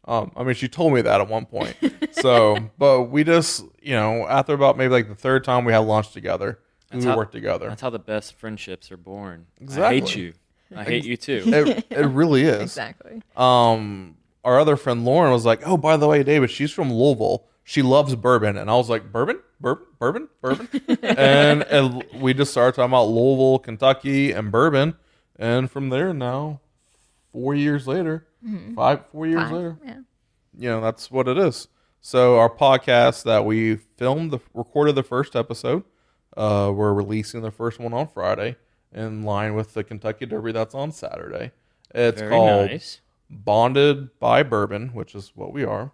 S2: Um, I mean, she told me that at one point.
S1: [laughs]
S2: So, but we just, you know, after about maybe like the third time we had lunch together, and we
S1: how-
S2: worked together.
S1: That's how the best friendships are born. I hate
S2: Exactly.
S1: you. I hate you too.
S2: It, it
S1: [laughs]
S2: really is.
S3: Exactly.
S2: um, our other friend Lauren was like, "Oh, by the way, David, she's from Louisville. She loves bourbon." And I was like, "Bourbon, bourbon, bourbon, bourbon," and, and we just started talking about Louisville, Kentucky, and bourbon. And from there, now four years later, Five, four years
S3: Five.
S2: later.
S3: Yeah.
S2: You know, that's what it is. So our podcast that we filmed, the recorded the first episode. Uh, we're releasing the first one on Friday in line with the Kentucky Derby that's on Saturday. It's
S1: Very
S2: called
S1: nice.
S2: bonded by bourbon, which is what we are.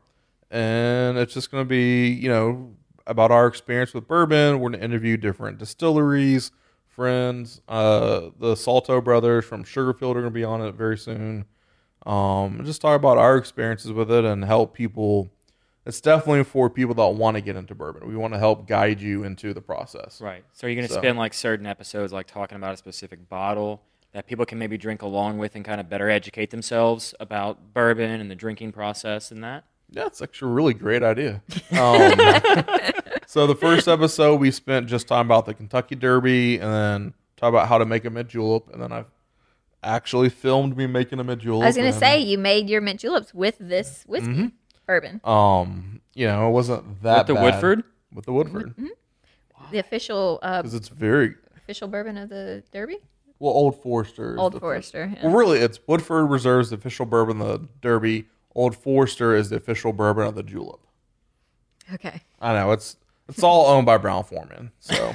S2: And it's just going to be, you know, about our experience with bourbon. We're going to interview different distilleries, friends. Uh, the Salto brothers from Sugarfield are going to be on it very soon. Um, and just talk about our experiences with it and help people. It's definitely for people that want to get into bourbon. We want to help guide you into the process.
S1: Right. So you're going to
S2: So-
S1: spend like certain episodes like talking about a specific bottle that people can maybe drink along with and kind of better educate themselves about bourbon and the drinking process and that.
S2: Yeah, it's actually a really great idea.
S3: [laughs]
S2: Um, so the first episode we spent just talking about the Kentucky Derby and then talk about how to make a mint julep, and then I've actually filmed me making a mint julep.
S3: I was gonna
S2: and,
S3: say you made your mint juleps with this whiskey
S2: Mm-hmm.
S3: bourbon,
S2: um, you know, it wasn't that
S1: With the
S2: bad.
S1: Woodford?
S2: with the Woodford
S3: Mm-hmm.
S2: Ah.
S3: the official uh,
S2: because it's very
S3: official bourbon of the Derby,
S2: well Old Forester. is
S3: Old
S2: the first-
S3: Forester. yeah.
S2: Well, really, it's Woodford Reserve's the official bourbon of the Derby. Old Forester is the official bourbon of the julep.
S3: [laughs] Okay,
S2: I know it's it's all owned by Brown Forman,
S3: [laughs]
S2: so.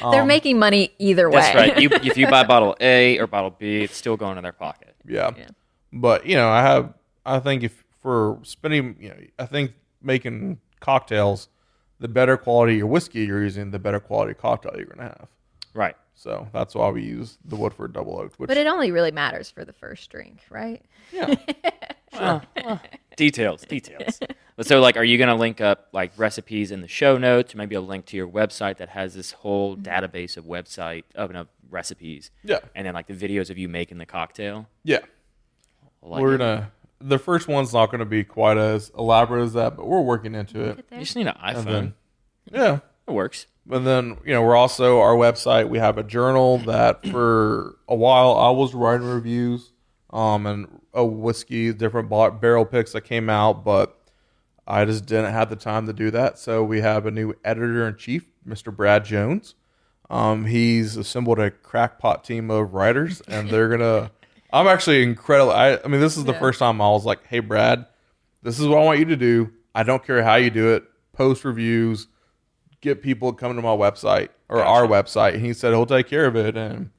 S2: Um,
S3: they're making money either way.
S1: That's right. You, if you buy bottle A or bottle B, it's still going in their pocket.
S2: Yeah.
S3: Yeah.
S2: But you know, I have. I think if for spending, you know, I think making cocktails, the better quality your whiskey you're using, the better quality cocktail you're gonna have.
S1: Right.
S2: So that's why we use the Woodford Double Oaked. Which
S3: [laughs] but it only really matters for the first drink, right?
S2: yeah,
S1: [laughs] Details, details. But so, like, are you going to link up like recipes in the show notes, or maybe a link to your website that has this whole
S3: Mm-hmm.
S1: database of website of no, recipes,
S2: yeah,
S1: and then like the videos of you making the cocktail?
S2: yeah.
S1: I like
S2: we're
S1: it.
S2: gonna. The first one's not gonna be quite as elaborate as that, but we're working into it.
S1: You just need an iPhone.
S2: And then, yeah.
S1: it works.
S2: And then you know we're also our website. We have a journal that for a while I was writing reviews, um, and a whiskey, different bar- barrel picks that came out, but I just didn't have the time to do that. So we have a new editor in chief, Mr. Brad Jones. Um, he's assembled a crackpot team of writers, and they're
S3: [laughs]
S2: gonna. I'm actually incredible. I, I mean, this is the first time I was like, "Hey, Brad, this is what I want you to do. I don't care how you do it. Post reviews, get people coming to my website or our website." And he said he'll take care of it, and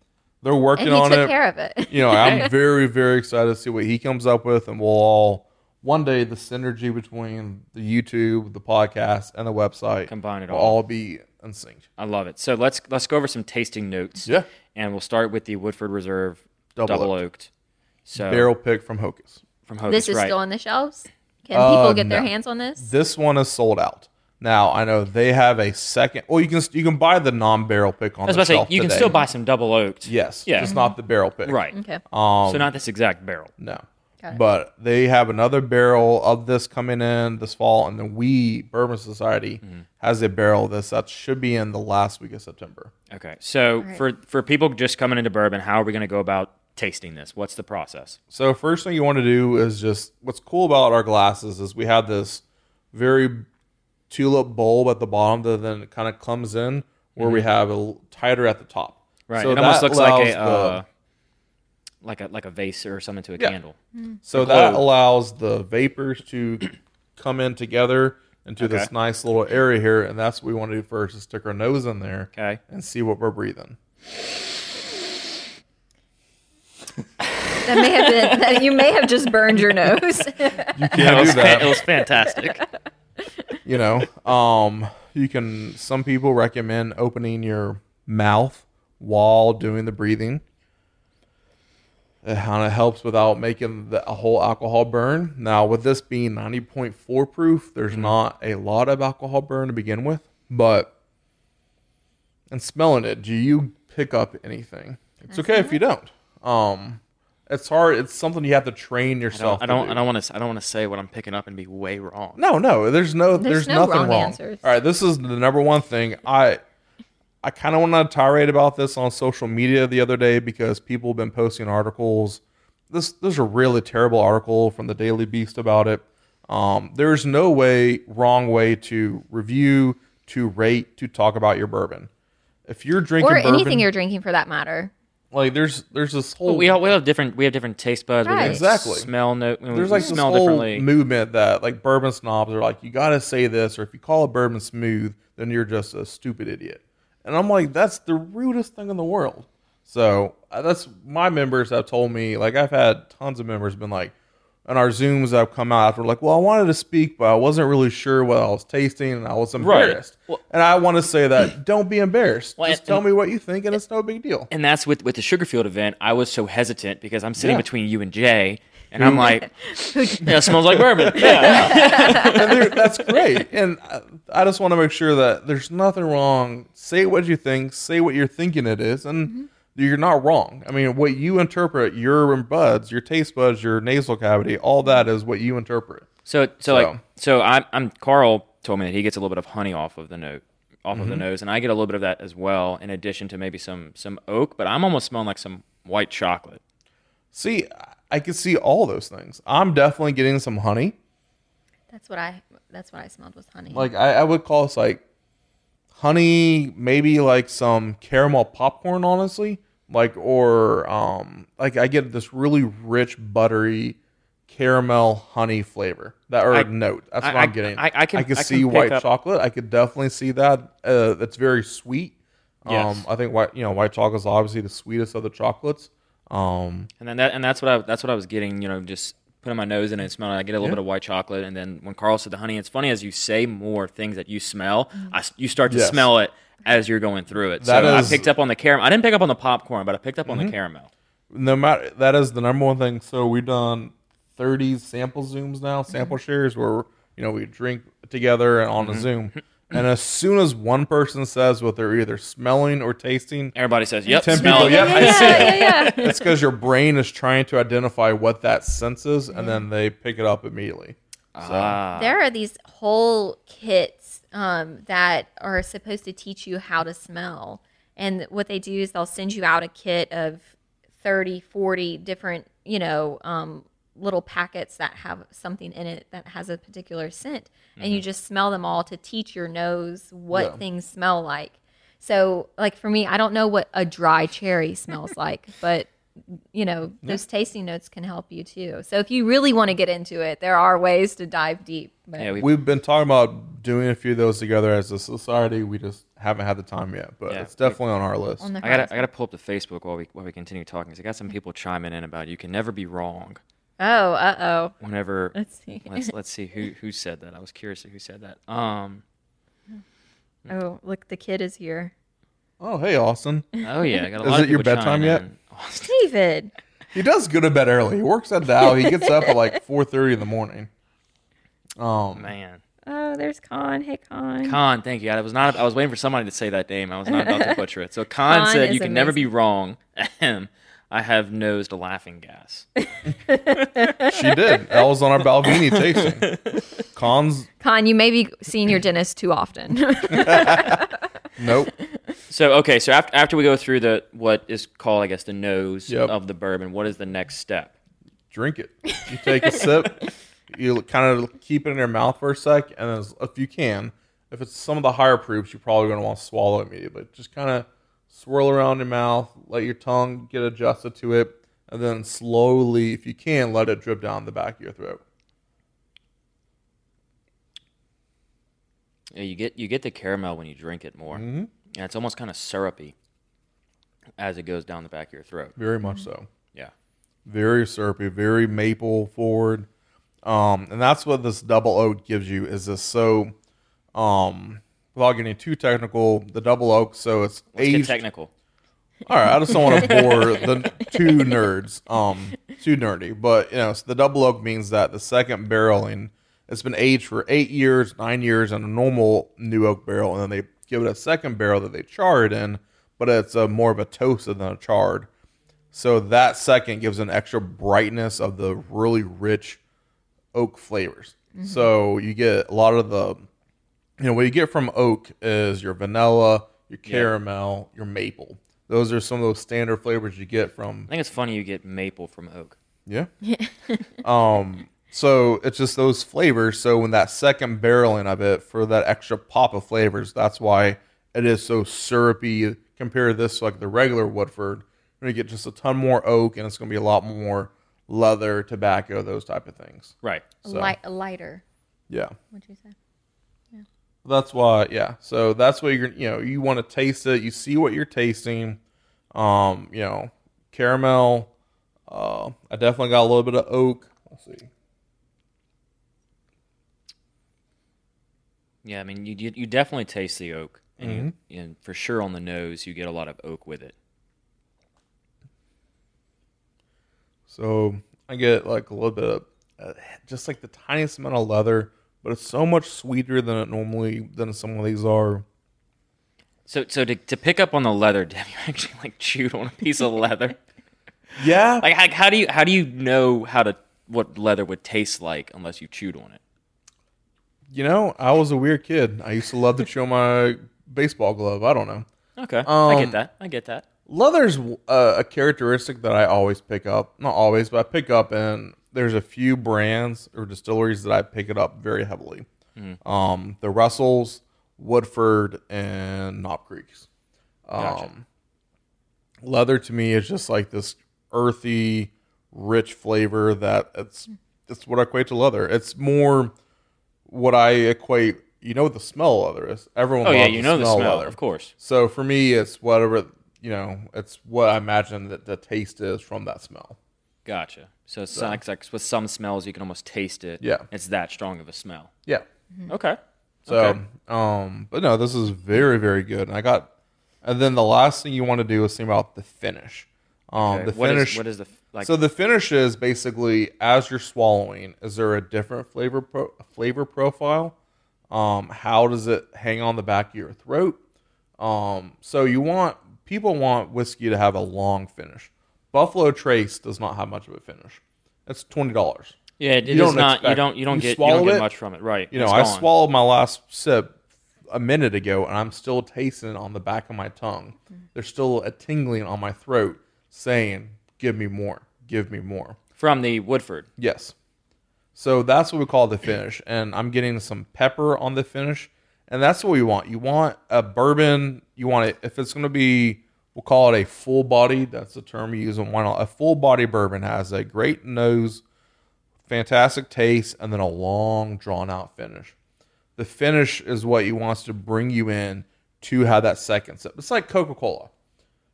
S2: they're working
S3: And he
S2: on
S3: took
S2: it
S3: care of
S2: [laughs]
S3: it.
S2: you
S1: [laughs]
S2: know, I'm very, very excited to see what he comes up with, and we'll all one day the synergy between the YouTube, the podcast, and the website
S1: Combine it
S2: will
S1: all.
S2: all be in sync.
S1: I love it. So let's let's go over some tasting notes.
S2: Yeah.
S1: And we'll start with the Woodford Reserve
S2: Double
S1: double, oaked. So
S2: Barrel pick from Hocus.
S1: from Hocus,
S3: this is
S1: right.
S3: still on the shelves. Can
S2: Uh,
S3: people get their
S2: no.
S3: hands on this?
S2: This one is sold out. Now I know they have a second. Well, you can you can buy the non-barrel pick on
S1: I was
S2: the
S1: about to say
S2: shelf
S1: you can
S2: today.
S1: still buy some double oaked.
S2: Yes,
S1: Yeah.
S2: just not the barrel pick.
S1: Right.
S3: Okay.
S2: Um,
S1: so not this exact barrel.
S2: No.
S3: Okay.
S2: But they have another barrel of this coming in this fall, and the We Bourbon Society
S1: Mm-hmm.
S2: has a barrel of this that should be in the last week of September.
S1: Okay. So
S3: right.
S1: for for people just coming into bourbon, how are we going to go about tasting this? What's the process?
S2: So first thing you want to do is just what's cool about our glasses is we have this very tulip bulb at the bottom that then kind of comes in where we have a l- tighter at the top.
S1: Mm-hmm. Right.
S2: So
S1: it almost
S2: that
S1: looks like a
S2: allows the-
S1: uh, like a like a vase or something to a
S2: Yeah.
S1: candle.
S2: So that
S1: globe.
S2: allows the vapors to come in together into this
S1: Okay.
S2: nice little area here, and that's what we want to do first: is stick our nose in there
S1: Okay.
S2: and see what we're breathing.
S3: That may have been that you may have just
S2: [laughs]
S3: burned your nose.
S2: You can't
S1: it,
S2: do
S1: was
S2: that,
S1: fan- it was
S2: [laughs]
S1: fantastic.
S2: you know. Um, you can. Some people recommend opening your mouth while doing the breathing. It kind of helps without making the a whole alcohol burn. Now, with this being ninety point four proof,
S1: Mm-hmm.
S2: there's not a lot of alcohol burn to begin with, but and smelling it, do you pick up anything? It's okay if you don't. Um, it's hard. It's something you have to train yourself.
S1: I
S2: to
S1: don't
S2: do.
S1: I don't want to I don't want to say what I'm picking up and be way wrong.
S2: No, no. There's no. There's,
S3: There's no
S2: nothing
S3: wrong
S2: wrong.
S3: answers.
S2: All right. This is the number one thing. I I kind of went on a tirade about this on social media the other day because people have been posting articles. This there's a really terrible article from the Daily Beast about it. Um, there's no way, wrong way to review, to rate, to talk about your bourbon. If you're drinking
S3: or
S2: bourbon,
S3: anything you're drinking for that matter.
S2: Like there's there's this whole
S1: we all we all have different we have different taste buds. We have
S3: Right.
S1: different
S2: Exactly.
S1: Smell no. we-
S2: there's
S1: we
S2: like this
S1: smell
S2: whole
S1: differently.
S2: movement that like bourbon snobs are like you gotta say this or if you call a bourbon smooth then you're just a stupid idiot and i'm like that's the rudest thing in the world so uh, that's my members have told me like i've had tons of members been like on our zooms that have come out after like well i wanted to speak but i wasn't really sure what i was tasting and i was
S1: Right.
S2: embarrassed and i want to
S1: [clears throat]
S2: say that don't be embarrassed
S1: Well,
S2: just
S1: and-
S2: tell me what you think and it's no big deal
S1: and that's with with the Sugarfield event. I was so hesitant because I'm sitting
S2: Yeah. Mm-hmm.
S1: between you and Jay, and I'm
S2: [laughs]
S1: like, yeah, it smells like bourbon. Yeah.
S2: and they're- that's great. And I, I just want to make sure that there's nothing wrong. Say what you think. Say what you're thinking it is, and you're not wrong. I mean, what you interpret your buds, your taste buds, your nasal cavity, all that is what you interpret.
S1: So, so like
S2: So-
S1: so I'm I'm Carl told me that he gets a little bit of honey off of the note off
S2: Mm-hmm.
S1: of the nose, and I get a little bit of that as well, in addition to maybe some some oak. But I'm almost smelling like some white chocolate.
S2: See, I- I can see all those things. I'm definitely getting some honey.
S3: That's what I. That's what I smelled was honey.
S2: Like I, I would call this like honey, maybe like some caramel popcorn, honestly. Like or um like I get this really rich buttery caramel honey flavor that or
S1: I-
S2: note. That's what
S1: I-
S2: I, am getting.
S1: I- I can-
S2: I can
S1: I can
S2: see
S1: pick
S2: white
S1: up-
S2: chocolate. I could definitely see that. Uh, that's very sweet.
S1: Yes.
S2: Um, I think white you know white chocolate is obviously the sweetest of the chocolates. Um,
S1: And then that and that's what I that's what I was getting. You know, just putting my nose in it and smelling. I get a little bit of white chocolate, and then when Carl said the honey, it's funny as you say more things that you smell, I s you start to
S2: Yes.
S1: smell it as you're going through it.
S2: That
S1: so
S2: is- Mm-hmm.
S1: I picked up on the caramel. I didn't pick up on the popcorn, but I picked up on the caramel.
S2: no matter that is the number one thing. So we've done thirty sample zooms now,
S1: Mm-hmm.
S2: sample shares where you know we drink together and
S1: Mm-hmm.
S2: on a Zoom.
S1: [laughs]
S2: And as soon as one person says what they're either smelling or tasting,
S1: Everybody says, "Yep,
S2: Ten
S1: smell
S2: people,
S1: it."
S2: yep.
S3: [laughs] yeah,
S2: I see
S3: yeah, yeah, yeah.
S2: it's because your brain is trying to identify what that sense is, and then they pick it up immediately.
S1: Mm-hmm. Ah.
S3: [laughs] there are these whole kits um, that are supposed to teach you how to smell and what they do is they'll send you out a kit of 30 40 different you know um, little packets that have something in it that has a particular scent and you just smell them all to teach your nose what
S2: Mm-hmm. Yeah.
S3: things smell like so like for me i don't know what a dry cherry smells like but you know those tasting notes can help you too so if you really want to get into it there are ways to dive deep but
S1: Yeah, we,
S2: We've been talking about doing a few of those together as a society. We just haven't had the time yet, but
S1: Yeah.
S2: it's definitely on our list.
S3: on the
S1: I gotta I gotta pull up the Facebook while we while we continue talking because I got some people chiming in about you can never be wrong.
S3: oh uh-oh
S1: Whenever
S3: let's see
S1: let's let's see who who said that. I was curious who said that. Um.
S3: oh look the kid is here
S2: oh, hey, Austin.
S1: Oh yeah, I got a
S2: [laughs] Is
S1: lot of
S2: it your
S1: people
S2: bedtime
S1: chiming
S2: yet?
S1: in. [laughs]
S3: david
S2: He does go to bed early. He works at the Dow. He gets up at [laughs] like four thirty in the morning. Um,
S1: Man.
S3: oh there's con hey con,
S1: Khan, thank you. I was not. I was waiting for somebody to say that name. I was not about to butcher it. So Khan,
S3: Khan
S1: said, "You
S3: is
S1: can never be wrong." Ahem. I have nosed a laughing gas.
S2: she did. That was on our Balvini tasting. Cons,
S3: con you may be seeing your dentist
S1: [laughs]
S3: too often [laughs]
S2: nope.
S1: So okay, so after after we go through the what is called, I guess, the nose
S2: Yep.
S1: of the bourbon. What is the next step?
S2: Drink it. You take a sip. You kind of keep it in your mouth for a sec, and as, if you can, if it's some of the higher proofs, you're probably going to want to swallow immediately. Just kind of swirl around your mouth, let your tongue get adjusted to it, and then slowly, if you can, let it drip down the back of your throat.
S1: Yeah, You get you get the caramel when you drink it more,
S2: Mm-hmm.
S1: and it's almost kind of syrupy as it goes down the back of your throat.
S2: Very much Mm-hmm. so.
S1: Yeah.
S2: very syrupy, very maple forward. Um, and that's what this double oak gives you is this so um without getting too technical, the double oak, so it's
S1: Let's get
S2: aged.
S1: technical.
S2: All right, I just don't want to bore the two nerds, um, too nerdy. But you know, so the double oak means that the second barreling, it's been aged for eight years, nine years in a normal new oak barrel, and then they give it a second barrel that they char it in, but it's a more of a toasted than a charred. So that second gives an extra brightness of the really rich oak flavors. So you get a lot of the, you know, what you get from oak is your vanilla, your caramel, your maple. Those are some of those standard flavors you get from
S1: I think it's funny you get maple from oak.
S2: yeah. um. So it's just those flavors. So when that second barreling of it for that extra pop of flavors, that's why it is so syrupy. Compare this to like the regular Woodford. We're gonna get just a ton more oak, and it's gonna be a lot more leather, tobacco, those type of things.
S1: Right.
S2: So
S3: Light, lighter,
S2: yeah,
S3: would you say?
S2: that's why. Yeah, so that's what you're. You know, you want to taste it. You see what you're tasting. Um, you know, caramel. Uh, I definitely got a little bit of oak. Let's see.
S1: Yeah, I mean, you you, you definitely taste the oak, and,
S2: Mm-hmm.
S1: you, and for sure on the nose, you get a lot of oak with it.
S2: So I get like a little bit of uh, just like the tiniest amount of leather, but it's so much sweeter than it normally than some of these are.
S1: So so to, to pick up on the leather, [laughs] Deb, you actually like chewed on a piece of [laughs] leather.
S2: Yeah,
S1: Like how, how do you how do you know how to what leather would taste like unless you chewed on it?
S2: you know, I was a weird kid. I used to love to chew on my baseball glove. I don't know.
S1: Okay, I
S2: Um,
S1: get that. I get that.
S2: Leather's uh, a characteristic that I always pick up. Not always, but I pick up, and there's a few brands or distilleries that I pick it up very heavily.
S1: Mm.
S2: Um, the Russells, Woodford, and Knob Creeks. Um,
S1: Gotcha.
S2: Leather to me is just like this earthy, rich flavor that it's it's what I equate to leather. It's more what I equate. You know what the smell of leather is. Everyone.
S1: Oh yeah,
S2: loves
S1: you know the
S2: of
S1: smell,
S2: leather.
S1: of course.
S2: So for me, it's whatever you know. It's what I imagine that the taste is from that smell.
S1: Gotcha. So it's like, like with some smells, you can almost taste it.
S2: Yeah.
S1: it's that strong of a smell.
S2: Yeah.
S1: Okay.
S2: So,
S1: Okay.
S2: um, but no, this is very very good, and I got. And then the last thing you want to do is think about the finish. Um,
S1: Okay,
S2: the
S1: what is-
S2: finish.
S1: what is the f- like?
S2: so the finish is basically as you're swallowing. Is there a different flavor pro- flavor profile? Um, how does it hang on the back of your throat? Um, so you want people want whiskey to have a long finish. Buffalo Trace does not have much of a finish. It's twenty dollars.
S1: yeah, it
S2: you
S1: is
S2: don't
S1: not. You
S2: expect-
S1: don't. You don't
S2: you
S1: get. You don't
S2: swallow
S1: get
S2: it,
S1: much from it. Right.
S2: You know,
S1: it's
S2: I
S1: gone.
S2: swallowed my last sip a minute ago, and I'm still tasting it on the back of my tongue.
S1: Mm-hmm.
S2: There's still a tingling on my throat, saying, "Give me more, give me more."
S1: from the Woodford.
S2: Yes. So that's what we call the finish. And I'm getting some pepper on the finish. And that's what you want. You want a bourbon, you want it, if it's going to be, we'll call it a full body. That's the term we use in wine. A full body bourbon has a great nose, fantastic taste, and then a long, drawn out finish. The finish is what you wants to bring you in to have that second sip. It's like Coca Cola.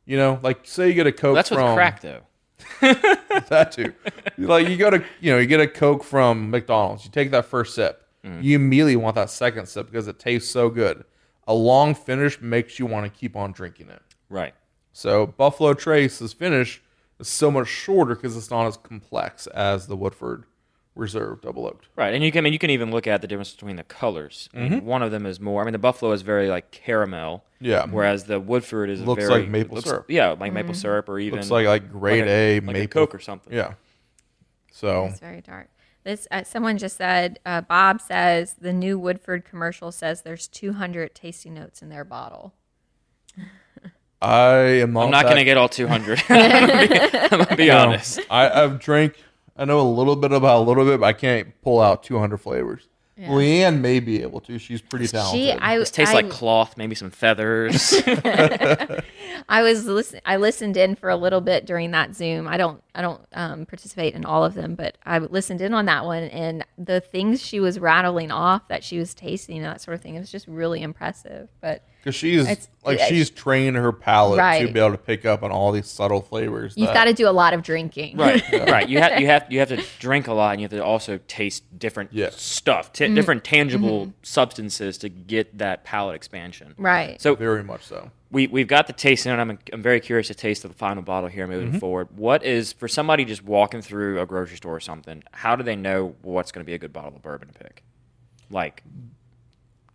S2: You know, like say you get a Coke
S1: That's with
S2: from
S1: crack though.
S2: [laughs] that too. like you go to you know you get a Coke from McDonald's. You take that first sip.
S1: Mm.
S2: You immediately want that second sip because it tastes so good. A long finish makes you want to keep on drinking it.
S1: Right.
S2: So Buffalo Trace's finish is so much shorter because it's not as complex as the Woodford Reserve Double Oaked.
S1: Right, and you can I mean, you can even look at the difference between the colors. I
S2: Mm-hmm.
S1: mean, one of them is more. I mean, the buffalo is very like caramel,
S2: Yeah,
S1: whereas the Woodford is
S2: Mm-hmm. Looks
S1: very
S2: like maple
S1: looks-
S2: syrup.
S1: Yeah, like maple syrup, or even
S2: looks like like grade
S1: like
S2: A,
S1: like
S2: maple.
S1: Coke or something.
S2: Yeah. So
S3: It's very dark. This uh, someone just said. Uh, Bob says the new Woodford commercial says there's 200 tasty notes in their bottle.
S2: I am not.
S1: I'm not
S2: that-
S1: going to get all 200. [laughs] I'm going to be
S2: you know,
S1: honest.
S2: I, I've drank. I know a little bit about a little bit, but I can't pull out 200 flavors. Leanne may be able to. She's pretty talented.
S3: She, I,
S1: This tastes
S3: I,
S1: like cloth, maybe some feathers.
S3: I was listen. I listened in for a little bit during that Zoom. I don't. I don't um, participate in all of them, but I listened in on that one, and the things she was rattling off that she was tasting and that sort of thing. It was just really impressive. But
S2: Because she's
S3: It's-
S2: like
S3: it's-
S2: she's trained her palate to
S3: Right.
S2: be able to pick up on all these subtle flavors.
S3: you've
S2: that-
S3: got to do a lot of
S1: [laughs]
S3: drinking.
S1: right, [laughs] right. You have you have you have to drink a lot, and you have to also taste different
S2: Yeah.
S1: stuff, t- different tangible substances to get that palate expansion.
S3: [laughs] Right.
S1: So
S2: very much so.
S1: we we've got the taste in it. I'm I'm very curious to taste of the final bottle here moving
S2: Mm-hmm.
S1: forward. What is for somebody just walking through a grocery store or something? How do they know what's going to be a good bottle of bourbon to pick? Like,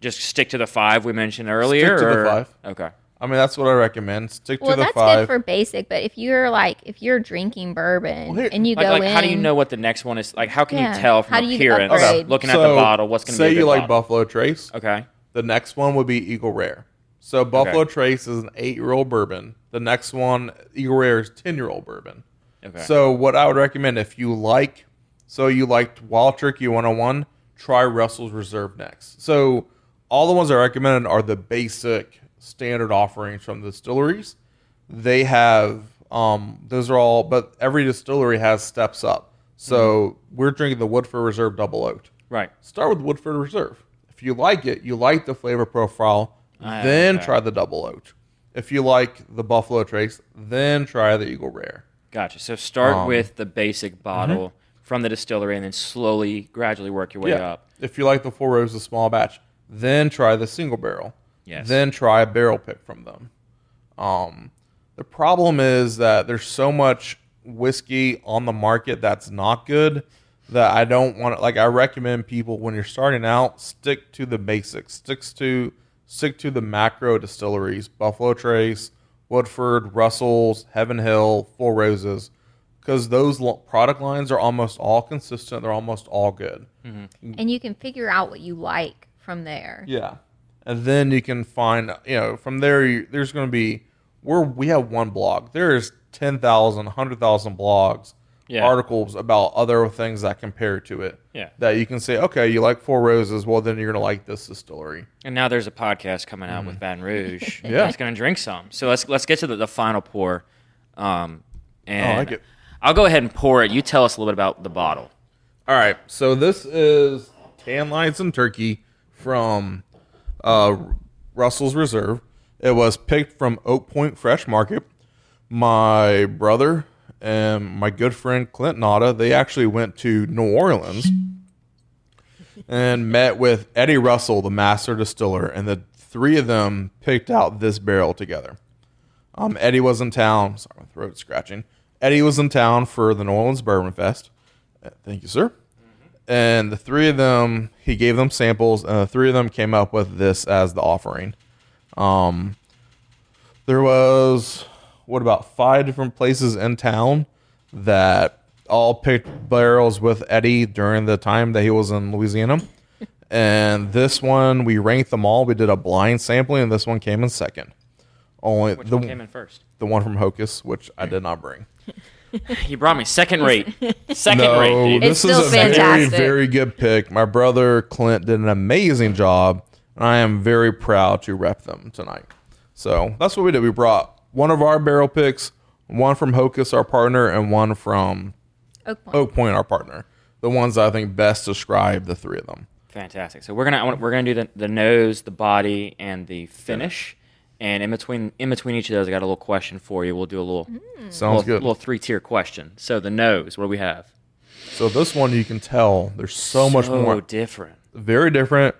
S1: just stick to the five we mentioned earlier.
S2: to the
S1: or-
S2: five.
S1: Okay.
S2: I mean, that's what I recommend. Stick to
S3: well,
S2: the
S3: that's
S2: five.
S3: good for basic, but if you're like if you're drinking bourbon
S2: Well, here-
S3: and you
S1: Like,
S3: go
S1: like
S3: in,
S1: how do you know what the next one is? Like, how can
S3: Yeah.
S1: you tell from
S3: How do you
S1: appearance,
S3: upgrade? Okay.
S1: looking at
S2: So,
S1: the bottle, what's going to
S2: say
S1: be? a good
S2: you like
S1: bottle?
S2: Buffalo Trace.
S1: Okay.
S2: The next one would be Eagle Rare. So Buffalo Trace is an eight-year-old bourbon. The next one, Eagle Rare, is ten-year-old bourbon.
S1: Okay.
S2: So what I would recommend if you like, so you liked Wild Turkey 101, try Russell's Reserve next. So all the ones I recommend are the basic standard offerings from the distilleries. They have Um, those are all, but every distillery has steps up. So we're drinking the Woodford Reserve Double Oaked.
S1: Right.
S2: Start with Woodford Reserve. If you like it, you like the flavor profile,
S1: Ah,
S2: then
S1: okay.
S2: try the Double Oaked. If you like the Buffalo Trace, then try the Eagle Rare.
S1: Gotcha. So start
S2: Um,
S1: with the basic bottle from the distillery, and then slowly, gradually work your way up.
S2: If you like the Four Roses Small Batch, then try the Single Barrel.
S1: Yes.
S2: Then try a barrel pick from them. Um, the problem is that there's so much whiskey on the market that's not good that I don't want to like I recommend people when you're starting out stick to the basics. Sticks to stick to the macro distilleries, Buffalo Trace, Woodford, Russell's, Heaven Hill, Four Roses cuz those lo- product lines are almost all consistent, they're almost all good.
S3: and you can figure out what you like from there.
S2: Yeah, and then you can find you know from there. You, there's going to be we're we have one blog. There's 10,000, 100,000 blogs,
S1: Yeah.
S2: articles about other things that compare to it.
S1: Yeah.
S2: that you can say, okay, you like Four Roses. Well, then you're going to like this distillery.
S1: And now there's a podcast coming out with Baton Rouge.
S2: Mm-hmm. [laughs] Yeah.
S1: that's going to drink some. So let's let's get to the, the final pour. Um, and
S2: Oh, like it.
S1: I'll go ahead and pour it. You tell us a little bit about the bottle.
S2: All right, so this is Tan Lights and Turkey from uh, Russell's Reserve. It was picked from Oak Point Fresh Market. My brother and my good friend Clint Nada, they actually went to New Orleans and met with Eddie Russell, the master distiller, and the three of them picked out this barrel together. Um, Eddie was in town. Sorry, my throat's scratching. Eddie was in town for the New Orleans Bourbon Fest. Uh, Thank you, sir. And the three of them, he gave them samples, and the three of them came up with this as the offering. Um, there was what about five different places in town that all picked barrels with Eddie during the time that he was in
S1: [laughs]
S2: Louisiana. and this one, we ranked them all. We did a blind sampling, and this one came in second. Only
S1: Which
S2: the
S1: one came in first?
S2: the one from Hocus, which I did not bring.
S1: You brought me second
S3: [laughs]
S1: rate. Second rate. Dude.
S3: It's
S2: this is
S3: still
S2: a
S3: fantastic.
S2: very, very good pick. My brother Clint did an amazing job, and I am very proud to rep them tonight. So that's what we did. We brought one of our barrel picks, one from Hocus, our partner, and one from
S3: Oak Point.
S2: Oak Point, our partner. The ones that I think best describe the three of them.
S1: Fantastic. So we're gonna I wanna- we're gonna do the, the nose, the body, and the finish. And in between in between each of those, I got a little question for you. We'll do a little
S3: Hmm.
S2: Sounds
S1: little,
S2: good.
S1: little three tier question. So the nose, what do we have?
S2: so this one you can tell there's so much more
S1: different.
S2: very different.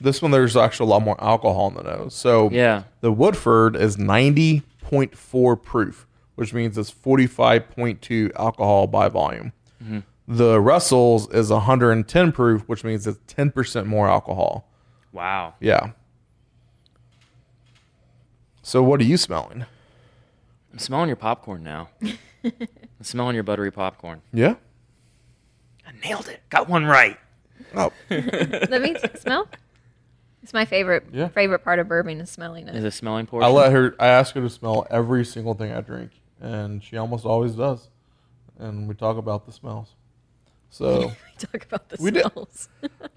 S2: This one, there's actually a lot more alcohol in the nose. So
S1: Yeah.
S2: the Woodford is 90.4 proof, which means it's 45.2 alcohol by volume. The Russell's is 110 proof, which means it's 10% more alcohol.
S1: Wow.
S2: Yeah. So what are you smelling?
S1: I'm smelling your popcorn
S2: [laughs]
S1: now. I'm smelling your buttery popcorn.
S2: Yeah.
S1: I nailed it. Got one right.
S2: Oh,
S3: Let me t- smell. It's my favorite
S2: Yeah.
S3: favorite part of bourbon is smelling
S1: Is
S3: it.
S1: it smelling portion?
S2: I let her. I ask her to smell every single thing I drink, and she almost always does. And we talk about the smells. So.
S3: We [laughs] talk about the
S2: We did-
S3: smells.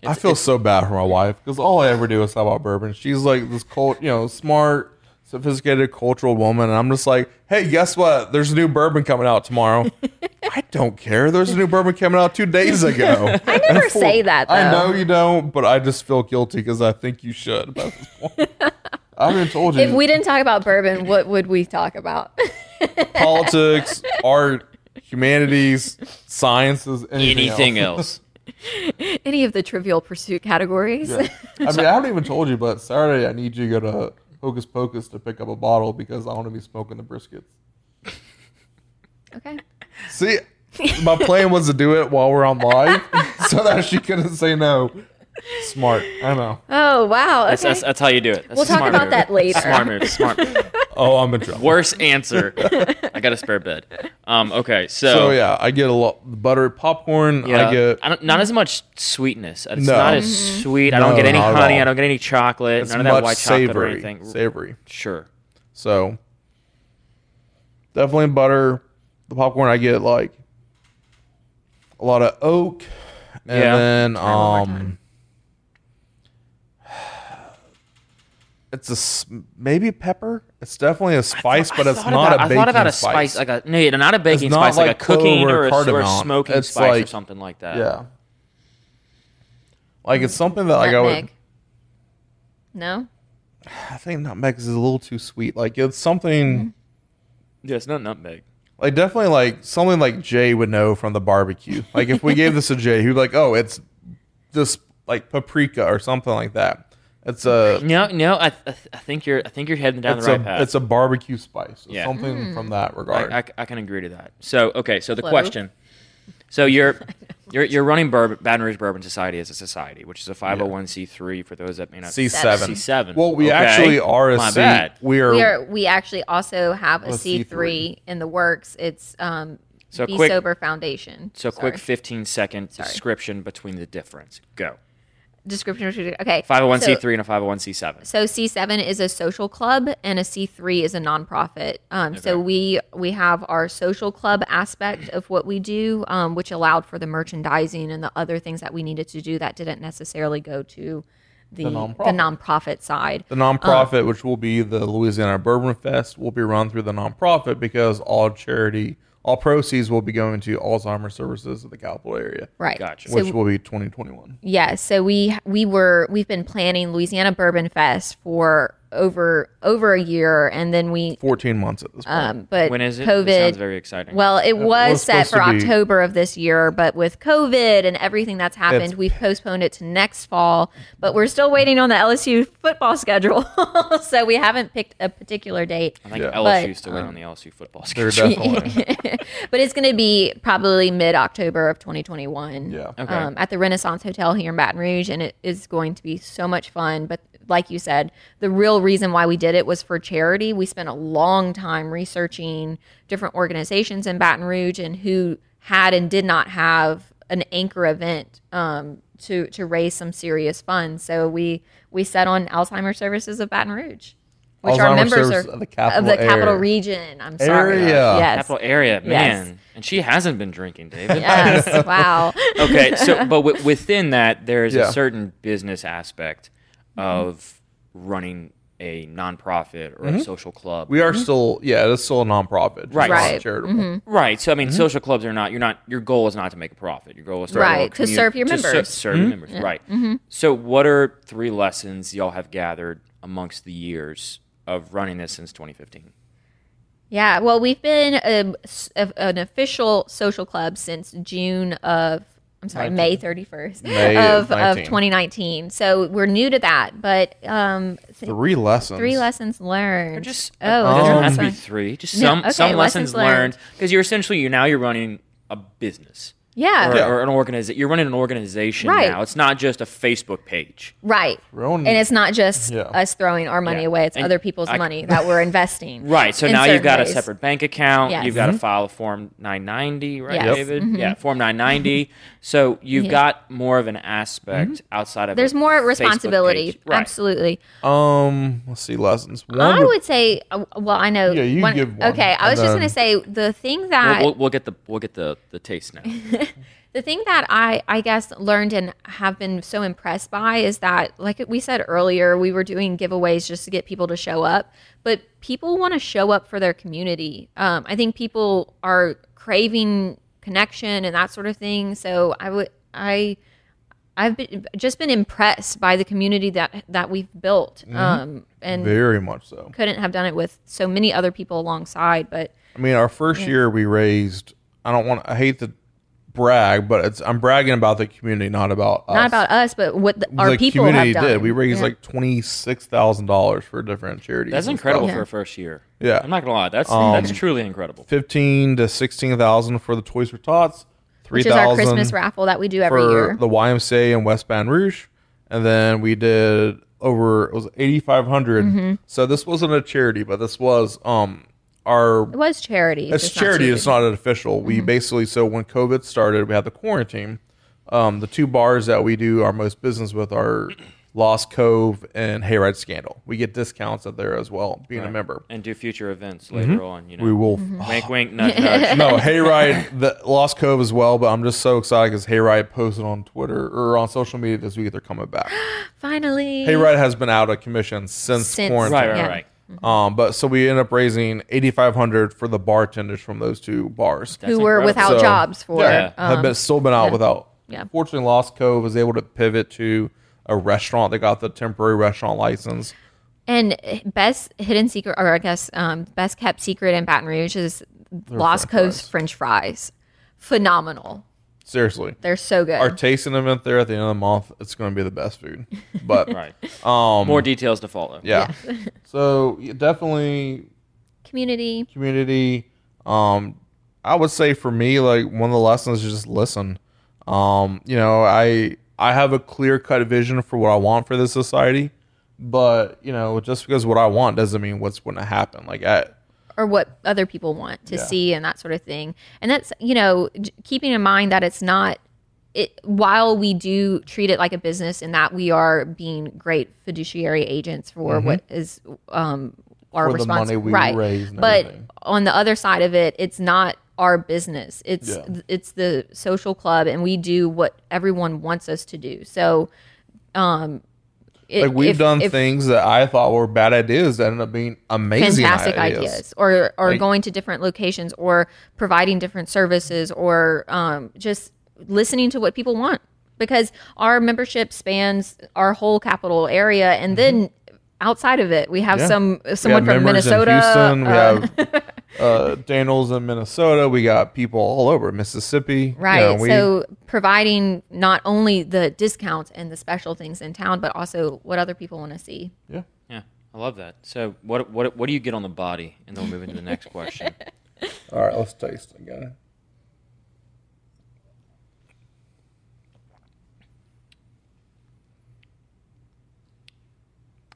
S2: I feel so bad for my wife because all I ever do is talk about bourbon. She's like this cult, you know, smart, sophisticated, cultural woman, and I'm just like, hey, guess what? There's a new bourbon coming out tomorrow.
S3: [laughs]
S2: I don't care. There's a new bourbon coming out two days
S3: [laughs]
S2: ago. I
S3: never say that,
S2: I
S3: though.
S2: know you don't, but I just feel guilty because I think you should. By this
S3: [laughs]
S2: point. I haven't told you
S3: if we didn't talk about bourbon, what would we talk about?
S2: politics, art, humanities, sciences, anything,
S1: anything
S2: else.
S1: else?
S3: [laughs] Any of the trivial pursuit categories? [laughs]
S2: Yeah. I mean, I haven't even told you, but Saturday I need you to go to Hocus Pocus to pick up a bottle because I want to be smoking the briskets.
S3: okay.
S2: See, my plan was to do it while we're on [laughs] live so that she couldn't say no. Smart, I know.
S3: Oh wow. Okay.
S1: That's, that's, that's how you do it. That's
S3: We'll
S1: a
S3: talk
S1: smart
S3: about
S1: move.
S3: that later.
S1: Smart move. Smart. move.
S3: [laughs]
S2: Oh, I'm in trouble.
S1: Worst answer. I got a spare bed. Um. Okay. So.
S2: So yeah, I get a lot buttered popcorn. I get
S1: don't, not as much sweetness. It's
S2: No.
S1: not as sweet. I don't
S2: No,
S1: get any
S2: not at
S1: honey.
S2: all.
S1: I don't get any chocolate.
S2: it's
S1: none of that
S2: much
S1: white chocolate or
S2: savory,
S1: anything.
S2: savory.
S1: Sure.
S2: So definitely butter. The popcorn I get like a lot of oak, and um,
S1: Yeah.
S2: then
S3: one more
S2: um, [sighs] It's a s- maybe pepper. It's definitely a spice, but it's
S1: thought
S2: not
S1: about-
S2: a baking
S1: I thought about a
S2: spice.
S1: spice, like a no, not a baking
S2: not
S1: spice, like,
S2: like
S1: a cooking
S2: clove or
S1: or, a, or a
S2: cardamom.
S1: smoking
S2: It's
S1: spice or
S2: like-
S1: something like that.
S2: yeah, like it's something that like I would.
S3: Nutmeg. No.
S2: I think nutmeg is a little too sweet. Like it's
S1: Mm-hmm.
S2: something
S1: yeah, it's not nutmeg.
S2: like definitely like something like Jay would know from the barbecue. Like if we gave this to Jay, he'd be like, "Oh, it's this like paprika or something like that." It's a
S1: No, no, I, I I think you're, I think you're heading down
S2: it's
S1: the right
S2: a
S1: path.
S2: it's a barbecue spice. It's
S1: Yeah.
S2: something
S3: Hmm.
S2: from that regard.
S1: I, I, I can agree to that. So okay, so the
S3: Clove.
S1: question. So
S3: [laughs]
S1: you're you're you're running Bourbon, Baton Rouge Bourbon Society as a society, which is a 501c3 for those that may not
S2: C
S3: Seven.
S2: seven.
S1: C7.
S2: Well, we
S1: Okay.
S2: actually are a
S1: My
S2: C-
S1: bad.
S2: We
S3: We
S2: are
S3: are. We actually also have a
S2: A
S3: C
S2: C3.
S3: three in the works. It's um,
S1: So
S3: Be
S1: quick-
S3: Sober Foundation.
S1: So
S3: Sorry.
S1: quick 15 second
S3: Sorry.
S1: description between the difference. Go.
S3: description. of two- Okay.
S1: 501c3
S3: So,
S1: and a 501c7.
S3: so C7 is a social club and a C3 is a nonprofit. Um, So
S1: Okay.
S3: we we have our social club aspect of what we do, um, which allowed for the merchandising and the other things that we needed to do that didn't necessarily go to the the nonprofit,
S2: nonprofit.
S3: side.
S2: the nonprofit, which will be the Louisiana Bourbon Fest, will be run through the nonprofit because all charity, all proceeds will be going to Alzheimer's services of the Capital area,
S3: Right.
S1: Gotcha.
S2: which
S3: So-
S2: will be 2021.
S3: Yeah, so we we were we've been planning Louisiana Bourbon Fest for over over a year, and then we
S2: 14 months at this point.
S3: um, but
S1: When is it?
S3: COVID
S1: It sounds very exciting.
S3: well, it was,
S2: was
S3: set
S2: supposed
S3: for
S2: to be-
S3: October of this year, but with COVID and everything that's happened,
S2: It's-
S3: we've postponed it to next fall. But we're still waiting on the LSU football [laughs] schedule, so we haven't picked a particular date.
S1: I think
S2: Yeah.
S1: LSU's
S3: but,
S1: still in on the LSU football [laughs]
S2: They're
S1: schedule.
S3: [laughs]
S2: definitely.
S3: but it's going to be probably mid October of 2021.
S2: Yeah.
S1: Okay.
S3: Um, at the Renaissance Hotel here in Baton Rouge, and it is going to be so much fun. But like you said, the real reason why we did it was for charity. We spent a long time researching different organizations in Baton Rouge and who had and did not have an anchor event um, to to raise some serious funds. So we we set on Alzheimer's Services of Baton Rouge, which our
S2: Alzheimer's
S3: members
S2: Services
S3: are
S2: of the Capital
S3: of the capital
S2: Area.
S3: region. I'm sorry.
S2: Area.
S3: Yes.
S1: Capital area, man.
S3: Yes.
S1: And she hasn't been drinking, [laughs] David.
S3: Yes. wow.
S1: okay
S3: [laughs]
S1: so but w- within that there is
S2: Yeah.
S1: a certain business aspect of running a nonprofit or a social club
S2: Mm-hmm. we are still, yeah, it's still a nonprofit. just
S1: Right.
S2: not
S3: Mm-hmm. Right. Mm-hmm.
S2: Charitable.
S1: right so i mean
S2: Mm-hmm.
S1: social clubs are not you're not your goal is not to make a profit your goal is to
S3: Right,
S1: build a
S3: to
S1: commu-
S3: serve your
S1: ser-
S3: members. Mm-hmm.
S1: serve
S2: Mm-hmm.
S1: your members right so what are three lessons y'all have gathered amongst the years of running this since 2015
S3: Yeah, well, we've been a, s- a- an official social club since June of, I'm sorry, May 31st
S2: May
S3: of,
S2: of
S3: of
S2: 19.
S3: 2019. So we're new to that, but um, th-
S2: Three lessons.
S3: three lessons learned.
S1: Or just
S3: oh,
S1: it doesn't
S2: Um,
S1: have to be
S3: that's fine.
S1: three just
S3: No,
S1: some
S3: okay,
S1: some lessons,
S3: lessons
S1: learned
S3: learned.
S1: because you're essentially you're now you're running a business
S3: yeah,
S1: or,
S2: Yeah.
S1: or an organization. You're running an organization
S3: Right.
S1: now. It's not just a Facebook page.
S3: right.
S2: Thrown-
S3: And it's not just
S2: Yeah.
S3: us throwing our money
S1: Yeah.
S3: away; it's
S1: And
S3: other people's
S1: I-
S3: money that we're investing.
S1: [laughs] Right. So
S3: in
S1: now you've
S3: certain
S1: got a
S3: ways.
S1: separate bank account.
S3: Yes.
S1: You've got to file a Form 990, right,
S3: Yes. Mm-hmm. Yep.
S1: David? Yeah, Form 990. so you've got more of an aspect outside of
S3: There's
S1: a
S3: more
S1: Facebook
S3: responsibility,
S1: page. Right.
S3: absolutely.
S2: Um, let's see, lessons. One
S3: I
S2: would-
S3: would say, uh, well, I know.
S2: Yeah, you give one,
S3: Okay, I was
S2: and
S3: just gonna
S2: then-
S3: say the thing that
S1: We'll, we'll, we'll get the we'll get the the taste
S3: [laughs]
S1: now.
S3: The thing that I, I guess, learned and have been so impressed by is that, like we said earlier, we were doing giveaways just to get people to show up, but people want to show up for their community. Um, I think people are craving connection and that sort of thing. So I would, I, I've been just been impressed by the community that that we've built,
S2: Mm-hmm.
S3: um, and
S2: very much so.
S3: couldn't have done it with so many other people alongside. But
S2: I mean, our first year we raised. I don't want. I hate to brag, but it's. I'm bragging about the community, not about us.
S3: not about us, but what the, our
S2: the
S3: people
S2: community
S3: have done.
S2: did. We raised
S3: Yeah.
S2: like twenty six thousand dollars for different charities.
S1: That's
S2: and
S1: incredible
S2: stuff.
S1: for a first year.
S2: Yeah.
S1: I'm not gonna lie. That's that's truly incredible.
S2: Fifteen to sixteen thousand for the Toys for Tots. Three
S3: which is our Christmas
S2: thousand
S3: raffle that we do every
S2: for
S3: year.
S2: the YMCA in West Baton Rouge, and then we did over it was eighty
S3: Mm-hmm.
S2: So this wasn't a charity, but this was um our
S3: It was charity. Mm-hmm.
S2: it's
S3: just not
S2: charity.
S3: stupid.
S2: It's not an official. We basically so when COVID started, we had the quarantine. Um, the two bars that we do our most business with are Lost Cove, and Hayride Scandal. We get discounts up there as well, being a
S1: Right.
S2: member.
S1: and do future events later on. You know,
S2: We will.
S3: Mm-hmm.
S1: wink,
S3: [laughs]
S1: wink, nudge, [laughs] nudge.
S2: no, Hayride, the Lost Cove as well, but I'm just so excited because Hayride posted on Twitter or on social media this week they're coming back.
S3: Finally.
S2: Hayride has been out of commission since,
S3: Since-
S2: quarantine.
S1: Right, right,
S3: Yeah. Mm-hmm.
S1: right.
S2: Um, but so we end up raising 8500 for the bartenders from those two bars.
S1: That's
S3: who were
S1: incredible.
S3: without
S2: So,
S3: jobs for. um,
S1: yeah,
S2: have been still been out
S3: yeah.
S2: without.
S3: Yeah.
S2: Fortunately, Lost Cove was able to pivot to a restaurant. They got the temporary restaurant license.
S3: And best hidden secret, or I guess um, best kept secret in Baton Rouge is Lost
S2: french
S3: Coast
S2: fries.
S3: French fries. Phenomenal.
S2: Seriously,
S3: They're so good.
S2: our tasting event there at the end of the month, it's going to be the best food.
S1: [laughs]
S2: But
S1: Right.
S2: um,
S1: More details to follow.
S2: yeah. so yeah, definitely
S3: Community.
S2: community. Um, I would say for me, like one of the lessons is just listen. Um, you know, I I have a clear cut vision for what I want for this society, but you know, just because what I want doesn't mean what's going to happen. Like I.
S3: or what other people want to
S2: Yeah.
S3: see and that sort of thing. And that's, you know, j- keeping in mind that it's not it while we do treat it like a business and that we are being great fiduciary agents for what is um our
S2: Mm-hmm. For the
S3: responsibility.
S2: money we
S3: right.
S2: raise and
S3: but
S2: everything.
S3: on the other side of it, it's not our business. It's
S2: Yeah.
S3: th- it's the social club and we do what everyone wants us to do. So um it,
S2: like we've
S3: if-
S2: done
S3: if-
S2: things that I thought were bad ideas that ended up being amazing
S3: fantastic
S2: ideas.
S3: ideas, or or
S2: Like-
S3: going to different locations or providing different services or um, just listening to what people want because our membership spans our whole capital area and then outside of it we have
S2: Mm-hmm. Yeah.
S3: some
S2: We have
S3: someone from
S2: members
S3: minnesota
S2: in Houston.
S3: uh,
S2: we have
S3: [laughs]
S2: uh, Daniels in Minnesota. We got people all over Mississippi. You
S3: right
S2: know, we-
S3: so providing not only the discounts and the special things in town but also what other people want to see
S2: yeah.
S1: Yeah. I love that. So, what what what do you get on the body? And then we'll move into the next [laughs] question.
S2: All right, let's taste again.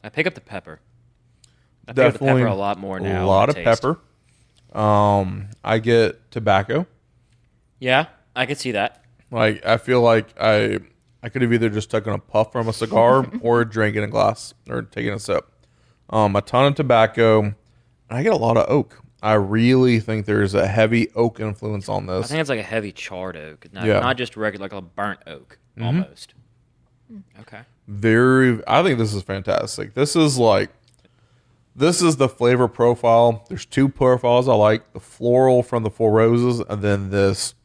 S1: I pick up the pepper. I pick up the
S2: Definitely
S1: pepper a lot more now.
S2: A
S1: in
S2: lot
S1: the
S2: of
S1: taste.
S2: pepper. Um, I get tobacco.
S1: Yeah, I could see that.
S2: Like I feel like I I could have either just taken a puff from
S1: [laughs]
S2: a cigar or drinking a glass or taking a sip. Um, a ton of tobacco. And I get a lot of oak. I really think there's a heavy oak influence on
S1: I
S2: this.
S1: think it's like a heavy charred oak, not,
S2: Yeah. Mm-hmm.
S1: not just regular, like a burnt oak almost. Okay.
S2: Very. I think this is fantastic. This is like. This is the flavor profile. There's two profiles I like: the floral from the Four Roses, and then this.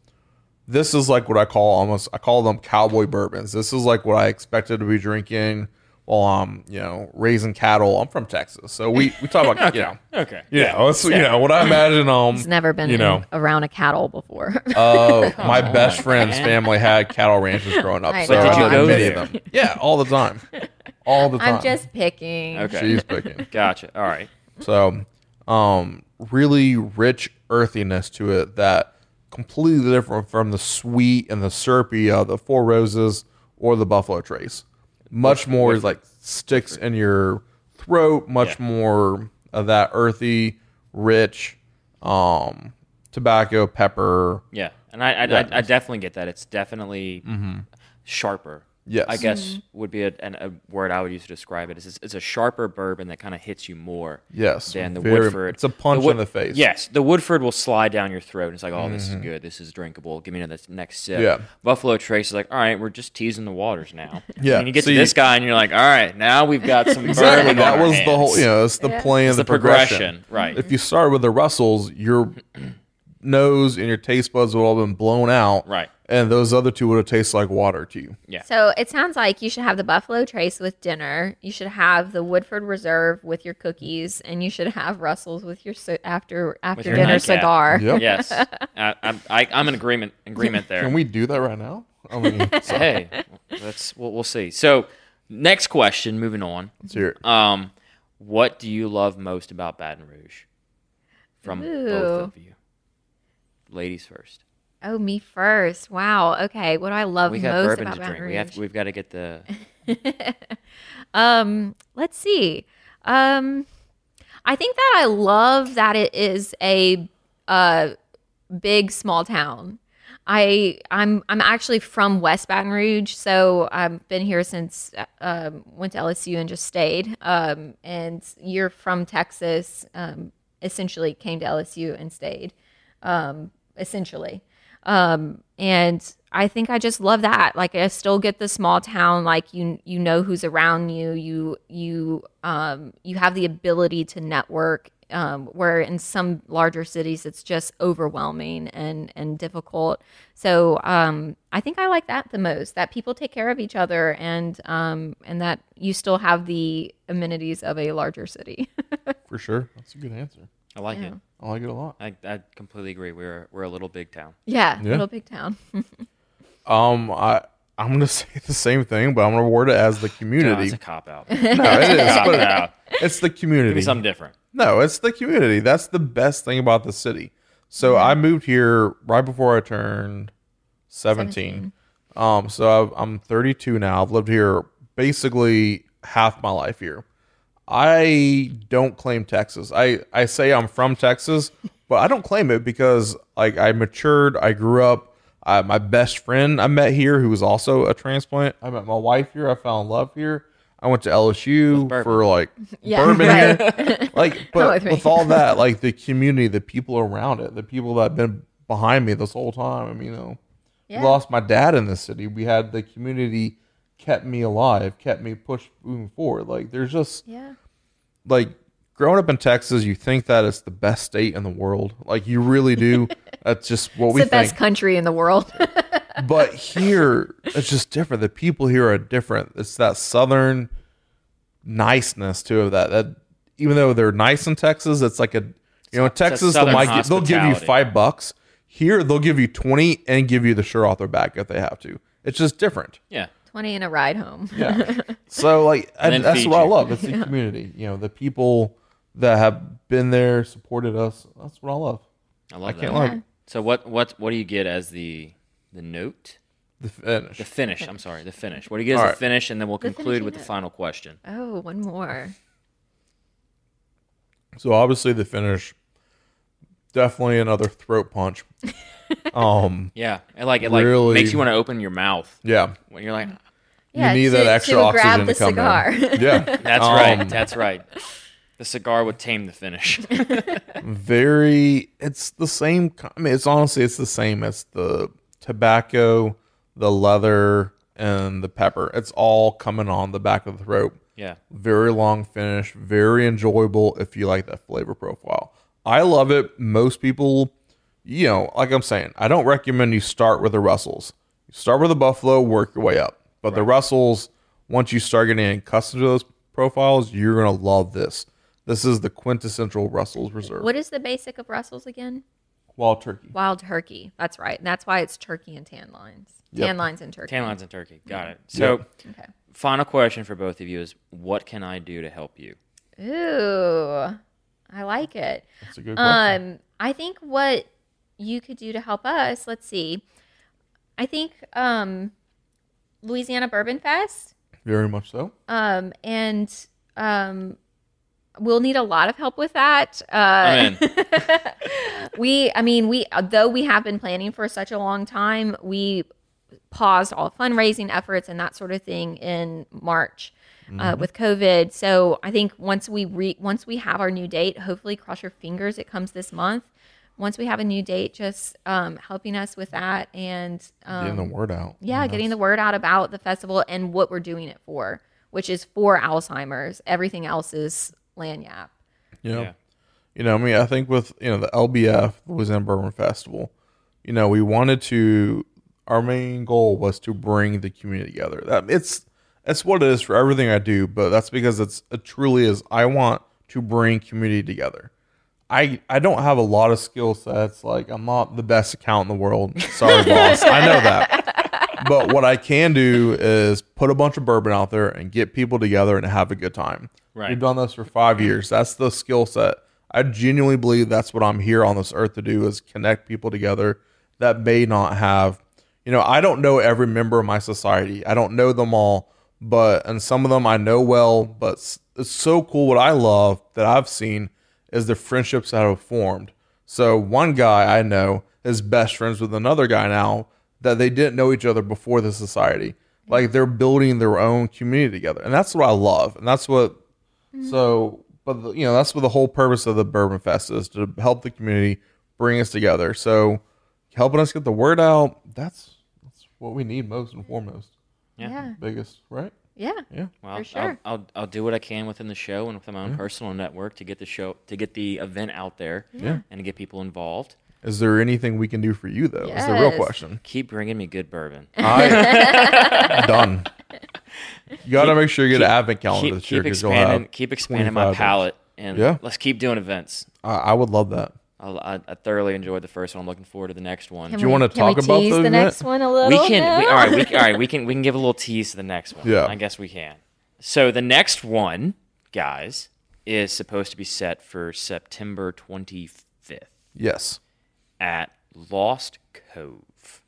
S2: This is like what I call almost. I call them cowboy bourbons. This is like what I expected to be drinking while I'm, you know, raising cattle. I'm from Texas, so we we talk about you know,
S1: Okay.
S2: you know, it's, you know what I imagine. Um,
S3: it's never been
S2: you know,
S3: around a
S2: [laughs]
S3: cattle before [laughs]
S2: Oh, my best
S1: on,
S2: friend's
S1: man.
S2: family had cattle ranches growing up.
S3: I
S2: So
S3: know.
S2: I
S3: Did you
S2: had
S1: go
S2: many
S1: there?
S2: of them. Yeah, all the
S3: [laughs]
S2: time, all the time.
S3: i'm just picking
S1: Okay.
S2: [laughs] She's picking.
S1: Gotcha. All right.
S2: So, um, really rich earthiness to it that completely different from the sweet and the syrupy of the Four Roses or the Buffalo Trace. Much more is like sticks in your throat. Much
S1: Yeah.
S2: more of that earthy, rich, um, tobacco, pepper.
S1: Yeah, and I I,
S2: Yeah. Mm-hmm.
S1: I, I definitely get that. It's definitely sharper.
S2: Yes.
S1: I guess would be a, an, a word I would use to describe it. It's, it's a sharper bourbon that kind of hits you more.
S2: Yes,
S1: Than the
S2: very-
S1: Woodford.
S2: it's a punch
S1: Wo-
S2: in the face. Mm-hmm.
S1: Yes, the Woodford will slide down your throat. And it's like, oh, this is good. This is drinkable. Give me another next sip.
S2: Yeah.
S1: Buffalo Trace is like, all right, we're just teasing the waters now.
S2: [laughs] Yeah,
S1: And you get
S2: see-
S1: to this guy, and you're like, all right, now we've got some
S2: Exactly.
S1: bourbon on
S2: That
S1: our
S2: was the whole.
S1: hands.
S2: You know, it's the
S3: Yeah.
S2: plan,
S1: It's
S2: the,
S1: the
S2: progression.
S1: progression, right?
S2: If you start with the Russells, your [clears throat] nose and your taste buds would all been blown out.
S1: Right.
S2: And those other two would have tasted like water to you.
S1: Yeah.
S3: So it sounds like you should have the Buffalo Trace with dinner. You should have the Woodford Reserve with your cookies, and you should have Russell's with your so- after after
S1: your
S3: dinner
S1: nightcap.
S3: cigar.
S2: Yep.
S1: Yes, I, I'm I, I'm in agreement agreement there.
S2: [laughs] Can we do that right now?
S1: [laughs]
S2: I mean, so,
S1: hey, that's we'll, we'll see. So, next question. Moving on.
S2: let's hear it.
S1: Um, what do you love most about Baton Rouge? From
S3: Ooh.
S1: both of you, ladies first.
S3: Oh, me first. Wow. Okay. What do I love
S1: We got
S3: most
S1: bourbon
S3: about
S1: to drink.
S3: Baton
S1: We have
S3: Rouge?
S1: we've got to get the
S3: Um, let's see. Um, I think that I love that it is a uh big small town. I I'm I'm actually from West Baton Rouge, so I've been here since uh, um, went to LSU and just stayed. Um, and you're from Texas, um, essentially came to LSU and stayed, um, essentially. Um, and I think I just love that. Like I still get the small town. Like you you know who's around you. You you um you have the ability to network. Um, where in some larger cities it's just overwhelming and and difficult. So um, I think I like that the most. That people take care of each other and um and that you still have the amenities of a larger city. [laughs]
S2: for sure. That's a good answer.
S1: I like
S3: Yeah.
S1: it.
S2: I like it a lot.
S1: I, I completely agree. We're we're a little big town.
S3: yeah,
S2: Yeah.
S3: little big town.
S2: Um, I I'm gonna [laughs] say the same thing, but I'm gonna word it as the
S1: No,
S2: community.
S1: it's a cop
S3: [laughs]
S1: out.
S2: No, it is,
S1: Cop
S2: but
S1: out.
S2: it's the
S1: Give me
S2: community.
S1: something different.
S2: No, it's the community. That's the best thing about the city. So
S3: Mm-hmm.
S2: I moved here right before I turned 17. Um, so I've, I'm 32 now. I've lived here basically half my life here. I don't claim Texas. I, I say I'm from
S3: [laughs]
S2: Texas, but I don't claim it because like I matured, I grew up. I, my best friend I met here, who was also a transplant. I met my wife here. I fell in love here. I went to LSU
S1: bourbon.
S2: for like
S3: [laughs] Yeah,
S2: bourbon
S3: [laughs] right.
S2: [laughs] here. Like, but
S3: with me.
S2: with all that, like
S3: [laughs]
S2: the community, the people around it, the people that have been behind me this whole time. I mean, you know,
S3: Yeah.
S2: we lost my dad in this city. We had the community kept me alive, kept me pushed moving forward. Like, there's just
S3: Yeah.
S2: like growing up in Texas, you think that it's the best state in the world. Like, you really
S3: [laughs]
S2: do. That's just what we
S3: It's the
S2: think
S3: best country in the world.
S2: but here it's just different. The people here are different. It's that southern niceness too of that. That even though they're nice in Texas, it's like a you know in Texas they
S1: southern
S2: might gi- they'll give you
S1: hospitality.
S2: five bucks. Here they'll give you twenty and give you the shirt off their back if they have to. It's just different.
S1: Yeah.
S3: 20 and a ride home.
S2: Yeah. so like I,
S1: then
S2: that's
S1: feed
S2: what I
S1: you.
S2: love. It's the community. You know the people that have been there, supported us. That's what I love.
S1: I
S2: I
S1: love that.
S2: can't like
S1: So what what what do you get as the the note?
S2: the finish.
S1: The finish. I'm sorry, the finish. What do you get as
S2: All
S1: the
S2: right.
S1: finish, and then we'll conclude
S3: finishing
S1: with the
S3: note.
S1: final question.
S3: [laughs] Oh, one more.
S2: So obviously the finish, definitely another throat
S1: [laughs]
S2: punch. um,
S1: Yeah, it like it like
S2: Really?
S1: makes you want to open your mouth
S2: yeah,
S1: when you're like,
S3: Yeah,
S2: you need
S3: to-
S2: that extra
S3: to
S2: oxygen
S3: grab
S2: to
S3: the
S2: come
S3: cigar. [laughs]
S2: in. Yeah,
S1: [laughs] "That's
S2: Um,
S1: right, that's right." The cigar would tame the
S3: [laughs]
S1: finish.
S2: very. It's the same. ki- I mean, it's honestly it's the same as the tobacco, the leather, and the pepper. It's all coming on the back of the throat.
S1: yeah,
S2: Very long finish, very enjoyable if you like that flavor profile. I love it. Most people, you know, like I'm saying, I don't recommend you start with the Russells. You start with the Buffalo, work your way up. But the Russells, once you start getting accustomed to those profiles, you're going to love this. This is the quintessential Russells Reserve.
S3: What is the basic of Russell's again?
S2: Wild turkey.
S3: Wild turkey. That's right. And that's why it's turkey and tan lines.
S2: Yep.
S3: Tan lines and turkey.
S1: tan lines and turkey. Got it. So,
S3: Okay.
S1: final question for both of you is, what can I do to help you?
S3: Ooh, I like it.
S2: That's a good question.
S3: Um, I think what you could do to help us, let's see. I think um, Louisiana Bourbon Fest
S2: Very much so.
S3: um, and um, we'll need a lot of help with that. Uh,
S1: I'm
S3: [laughs] we, I mean, we though we have been planning for such a long time, we paused all fundraising efforts and that sort of thing in March. Uh, with COVID, so I think once we re- once we have our new date, hopefully, cross your fingers, it comes this month. Once we have a new date, just um, helping us with that and um,
S2: Getting the word out. Mm,
S3: yeah, getting the word out about the festival and what we're doing it for, which is for Alzheimer's. Everything else is Lanyap.
S2: Yeah.
S1: Yeah.
S2: You know, I mean, I think with you know the LBF Louisiana Bourbon Festival, you know, we wanted to. Our main goal was to bring the community together. That it's that's what it is for everything I do, but that's because it's it truly is. I want to bring community together. I I don't have a lot of skill sets. Like I'm not the best accountant in the world. Sorry, boss. I know that. But what I can do is put a bunch of bourbon out there and get people together and have a good time.
S1: Right.
S2: We've done this for five years. That's the skill set. I genuinely believe that's what I'm here on this earth to do is connect people together that may not have you know, I don't know every member of my society. I don't know them all, but and some of them I know well, but s- it's so cool what I love that I've seen is the friendships that have formed. So one guy I know, is best friends with another guy now that they didn't know each other before the society. Like they're building their own community together, and that's what I love, and that's what. So, but the, you know, that's what the whole purpose of the Bourbon Fest is to help the community bring us together. So, helping us get the word out. That's that's what we need most and foremost,
S1: Yeah.
S3: Yeah.
S2: biggest, right?
S3: Yeah.
S2: Yeah.
S1: Well,
S3: For
S1: I'll-
S3: sure.
S1: I'll, I'll I'll do what I can within the show and within my own personal network to get the show to get the event out there
S2: Yeah.
S1: and to get people involved.
S2: Is there anything we can do for you though? Is the real
S3: Yes.
S2: question.
S1: Keep bringing me good
S3: [laughs]
S1: bourbon.
S2: I done. You got to
S1: Keep-
S2: make sure you get an advent calendar
S1: keep,
S2: this year
S1: keep
S2: 'cause you'll have.
S1: expanding, keep expanding my
S2: 25
S1: palette, and
S2: Yeah.
S1: let's keep doing events.
S2: I, I would love that.
S1: I'll, I, I thoroughly enjoyed the first one. I'm looking forward to the next one.
S3: Can
S2: you
S3: we-
S2: wanna
S3: can we
S2: talk about
S3: tease
S2: the
S3: the
S2: event?
S3: next one a little?
S1: we can.
S3: now?
S1: We, all right. We,
S3: [laughs]
S1: all right. We can. We can give a little tease to the next one.
S2: Yeah.
S1: I guess we can. So the next one, guys, is supposed to be set for September 25th
S2: Yes,
S1: at Lost Cove.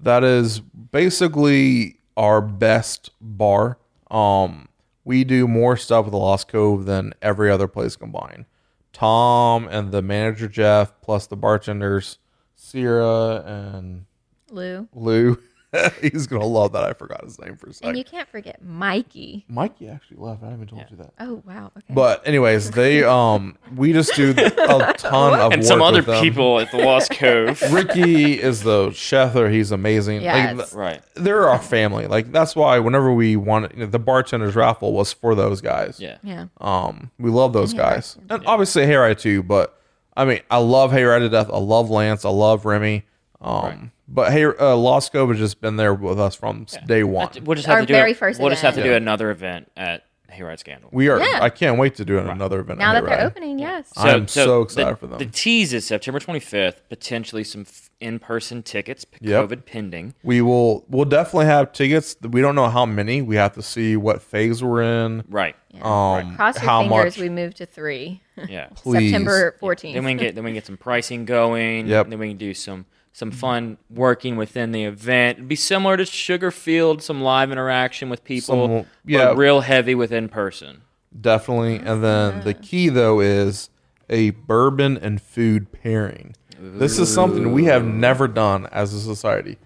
S2: that is basically our best bar. Um, we do more stuff with the Lost Cove than every other place combined. Tom and the manager Jeff, plus the bartenders Sierra and
S3: Lou.
S2: Lou. [laughs] He's gonna love that. I forgot his name for a
S3: And
S2: second.
S3: you can't forget Mikey.
S2: Mikey actually left. I haven't even told you that.
S3: Oh wow. Okay.
S2: But anyways, they um we just do a
S3: [laughs]
S2: ton of
S1: and some
S2: work
S1: other
S2: with them.
S1: people at the
S2: [laughs]
S1: Lost Cove.
S2: Ricky is the chef there. He's amazing.
S3: Yes.
S2: Like, th-
S1: Right.
S2: they're our family. Like that's why whenever we wanted you know, the bartender's raffle was for those guys.
S1: Yeah.
S3: yeah.
S2: Um, we love those guys, and obviously Hayride too. But I mean, I love Hayride to death. I love Lance. I love Remy. Um, but hey, uh, Lost Cove has just been there with us from s- day one.
S1: We'll just have
S3: Our
S1: to do
S3: very
S1: a-
S3: first
S1: We'll just have to
S3: event.
S1: do another event at Hayride Scandal.
S2: We are.
S3: Yeah.
S2: I can't wait to do another event.
S3: Now
S2: at
S3: that they're
S2: Hayride.
S3: opening, yes.
S2: I am so
S1: the-
S2: excited for them.
S1: The tease is September 25th. Potentially some f- in-person tickets, p-
S2: Yep.
S1: COVID pending.
S2: We will. We'll definitely have tickets. We don't know how many. We have to see what phase we're in.
S1: Right.
S3: Yeah.
S2: Um,
S3: Cross your
S2: how
S3: fingers.
S2: much?
S3: We move to three. [laughs]
S1: Yeah.
S2: Please.
S3: September
S1: Then we
S3: fourteenth.
S1: can get then we can get some pricing going.
S2: Yep.
S1: Then we can do some some fun working within the event. It'd be similar to Sugarfield, some live interaction with people.
S2: Some-
S1: but
S2: yeah.
S1: real heavy with in person.
S2: Definitely. And then the key though is a bourbon and food pairing. This is something we have never done as a society.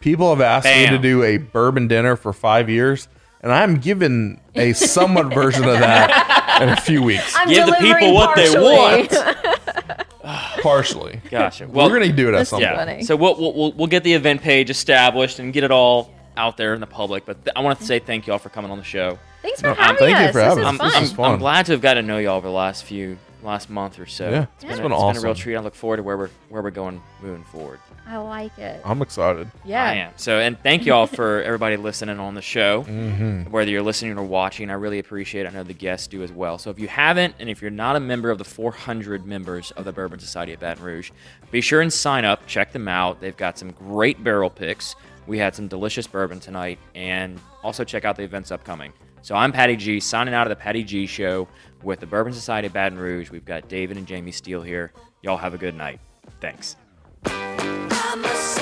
S2: People have asked
S1: Bam.
S2: me to do a bourbon dinner for five years, and I'm giving a [laughs] somewhat version of that in a few weeks,
S3: I'm
S1: Give the
S3: delivering
S1: people what they
S3: partially.
S1: want.
S2: partially.
S1: Gotcha. Well,
S2: We're gonna do it at
S3: This
S2: some
S3: is
S2: point.
S3: funny.
S1: yeah. So we'll, we'll we'll we'll get the event page established and get it all out there in the public. But th- I want to say thank y'all for coming on the show.
S3: [laughs] Thanks for
S2: No,
S3: having
S2: thank you
S3: us.
S2: for having
S3: this is
S2: us.
S3: fun.
S2: This is fun.
S1: I'm glad to have got to know y'all over the last few last month or so.
S2: Yeah,
S1: it's
S2: it's
S1: been,
S2: been
S1: a, it's been a real
S2: awesome.
S1: treat. I look forward to where we're where we're going moving forward.
S3: I like it.
S2: I'm excited.
S3: Yeah.
S1: I am. So, and thank y'all for everybody listening on the show. Whether you're listening or watching, I really appreciate it. I know the guests do as well. So, if you haven't, and if you're not a member of the 400 members of the Bourbon Society of Baton Rouge, be sure and sign up. Check them out. They've got some great barrel picks. We had some delicious bourbon tonight, and also check out the events upcoming. So, I'm Patty G, signing out of the Patty G Show with the Bourbon Society of Baton Rouge. We've got David and Jamie Steele here. Y'all have a good night. Thanks.
S4: I'm a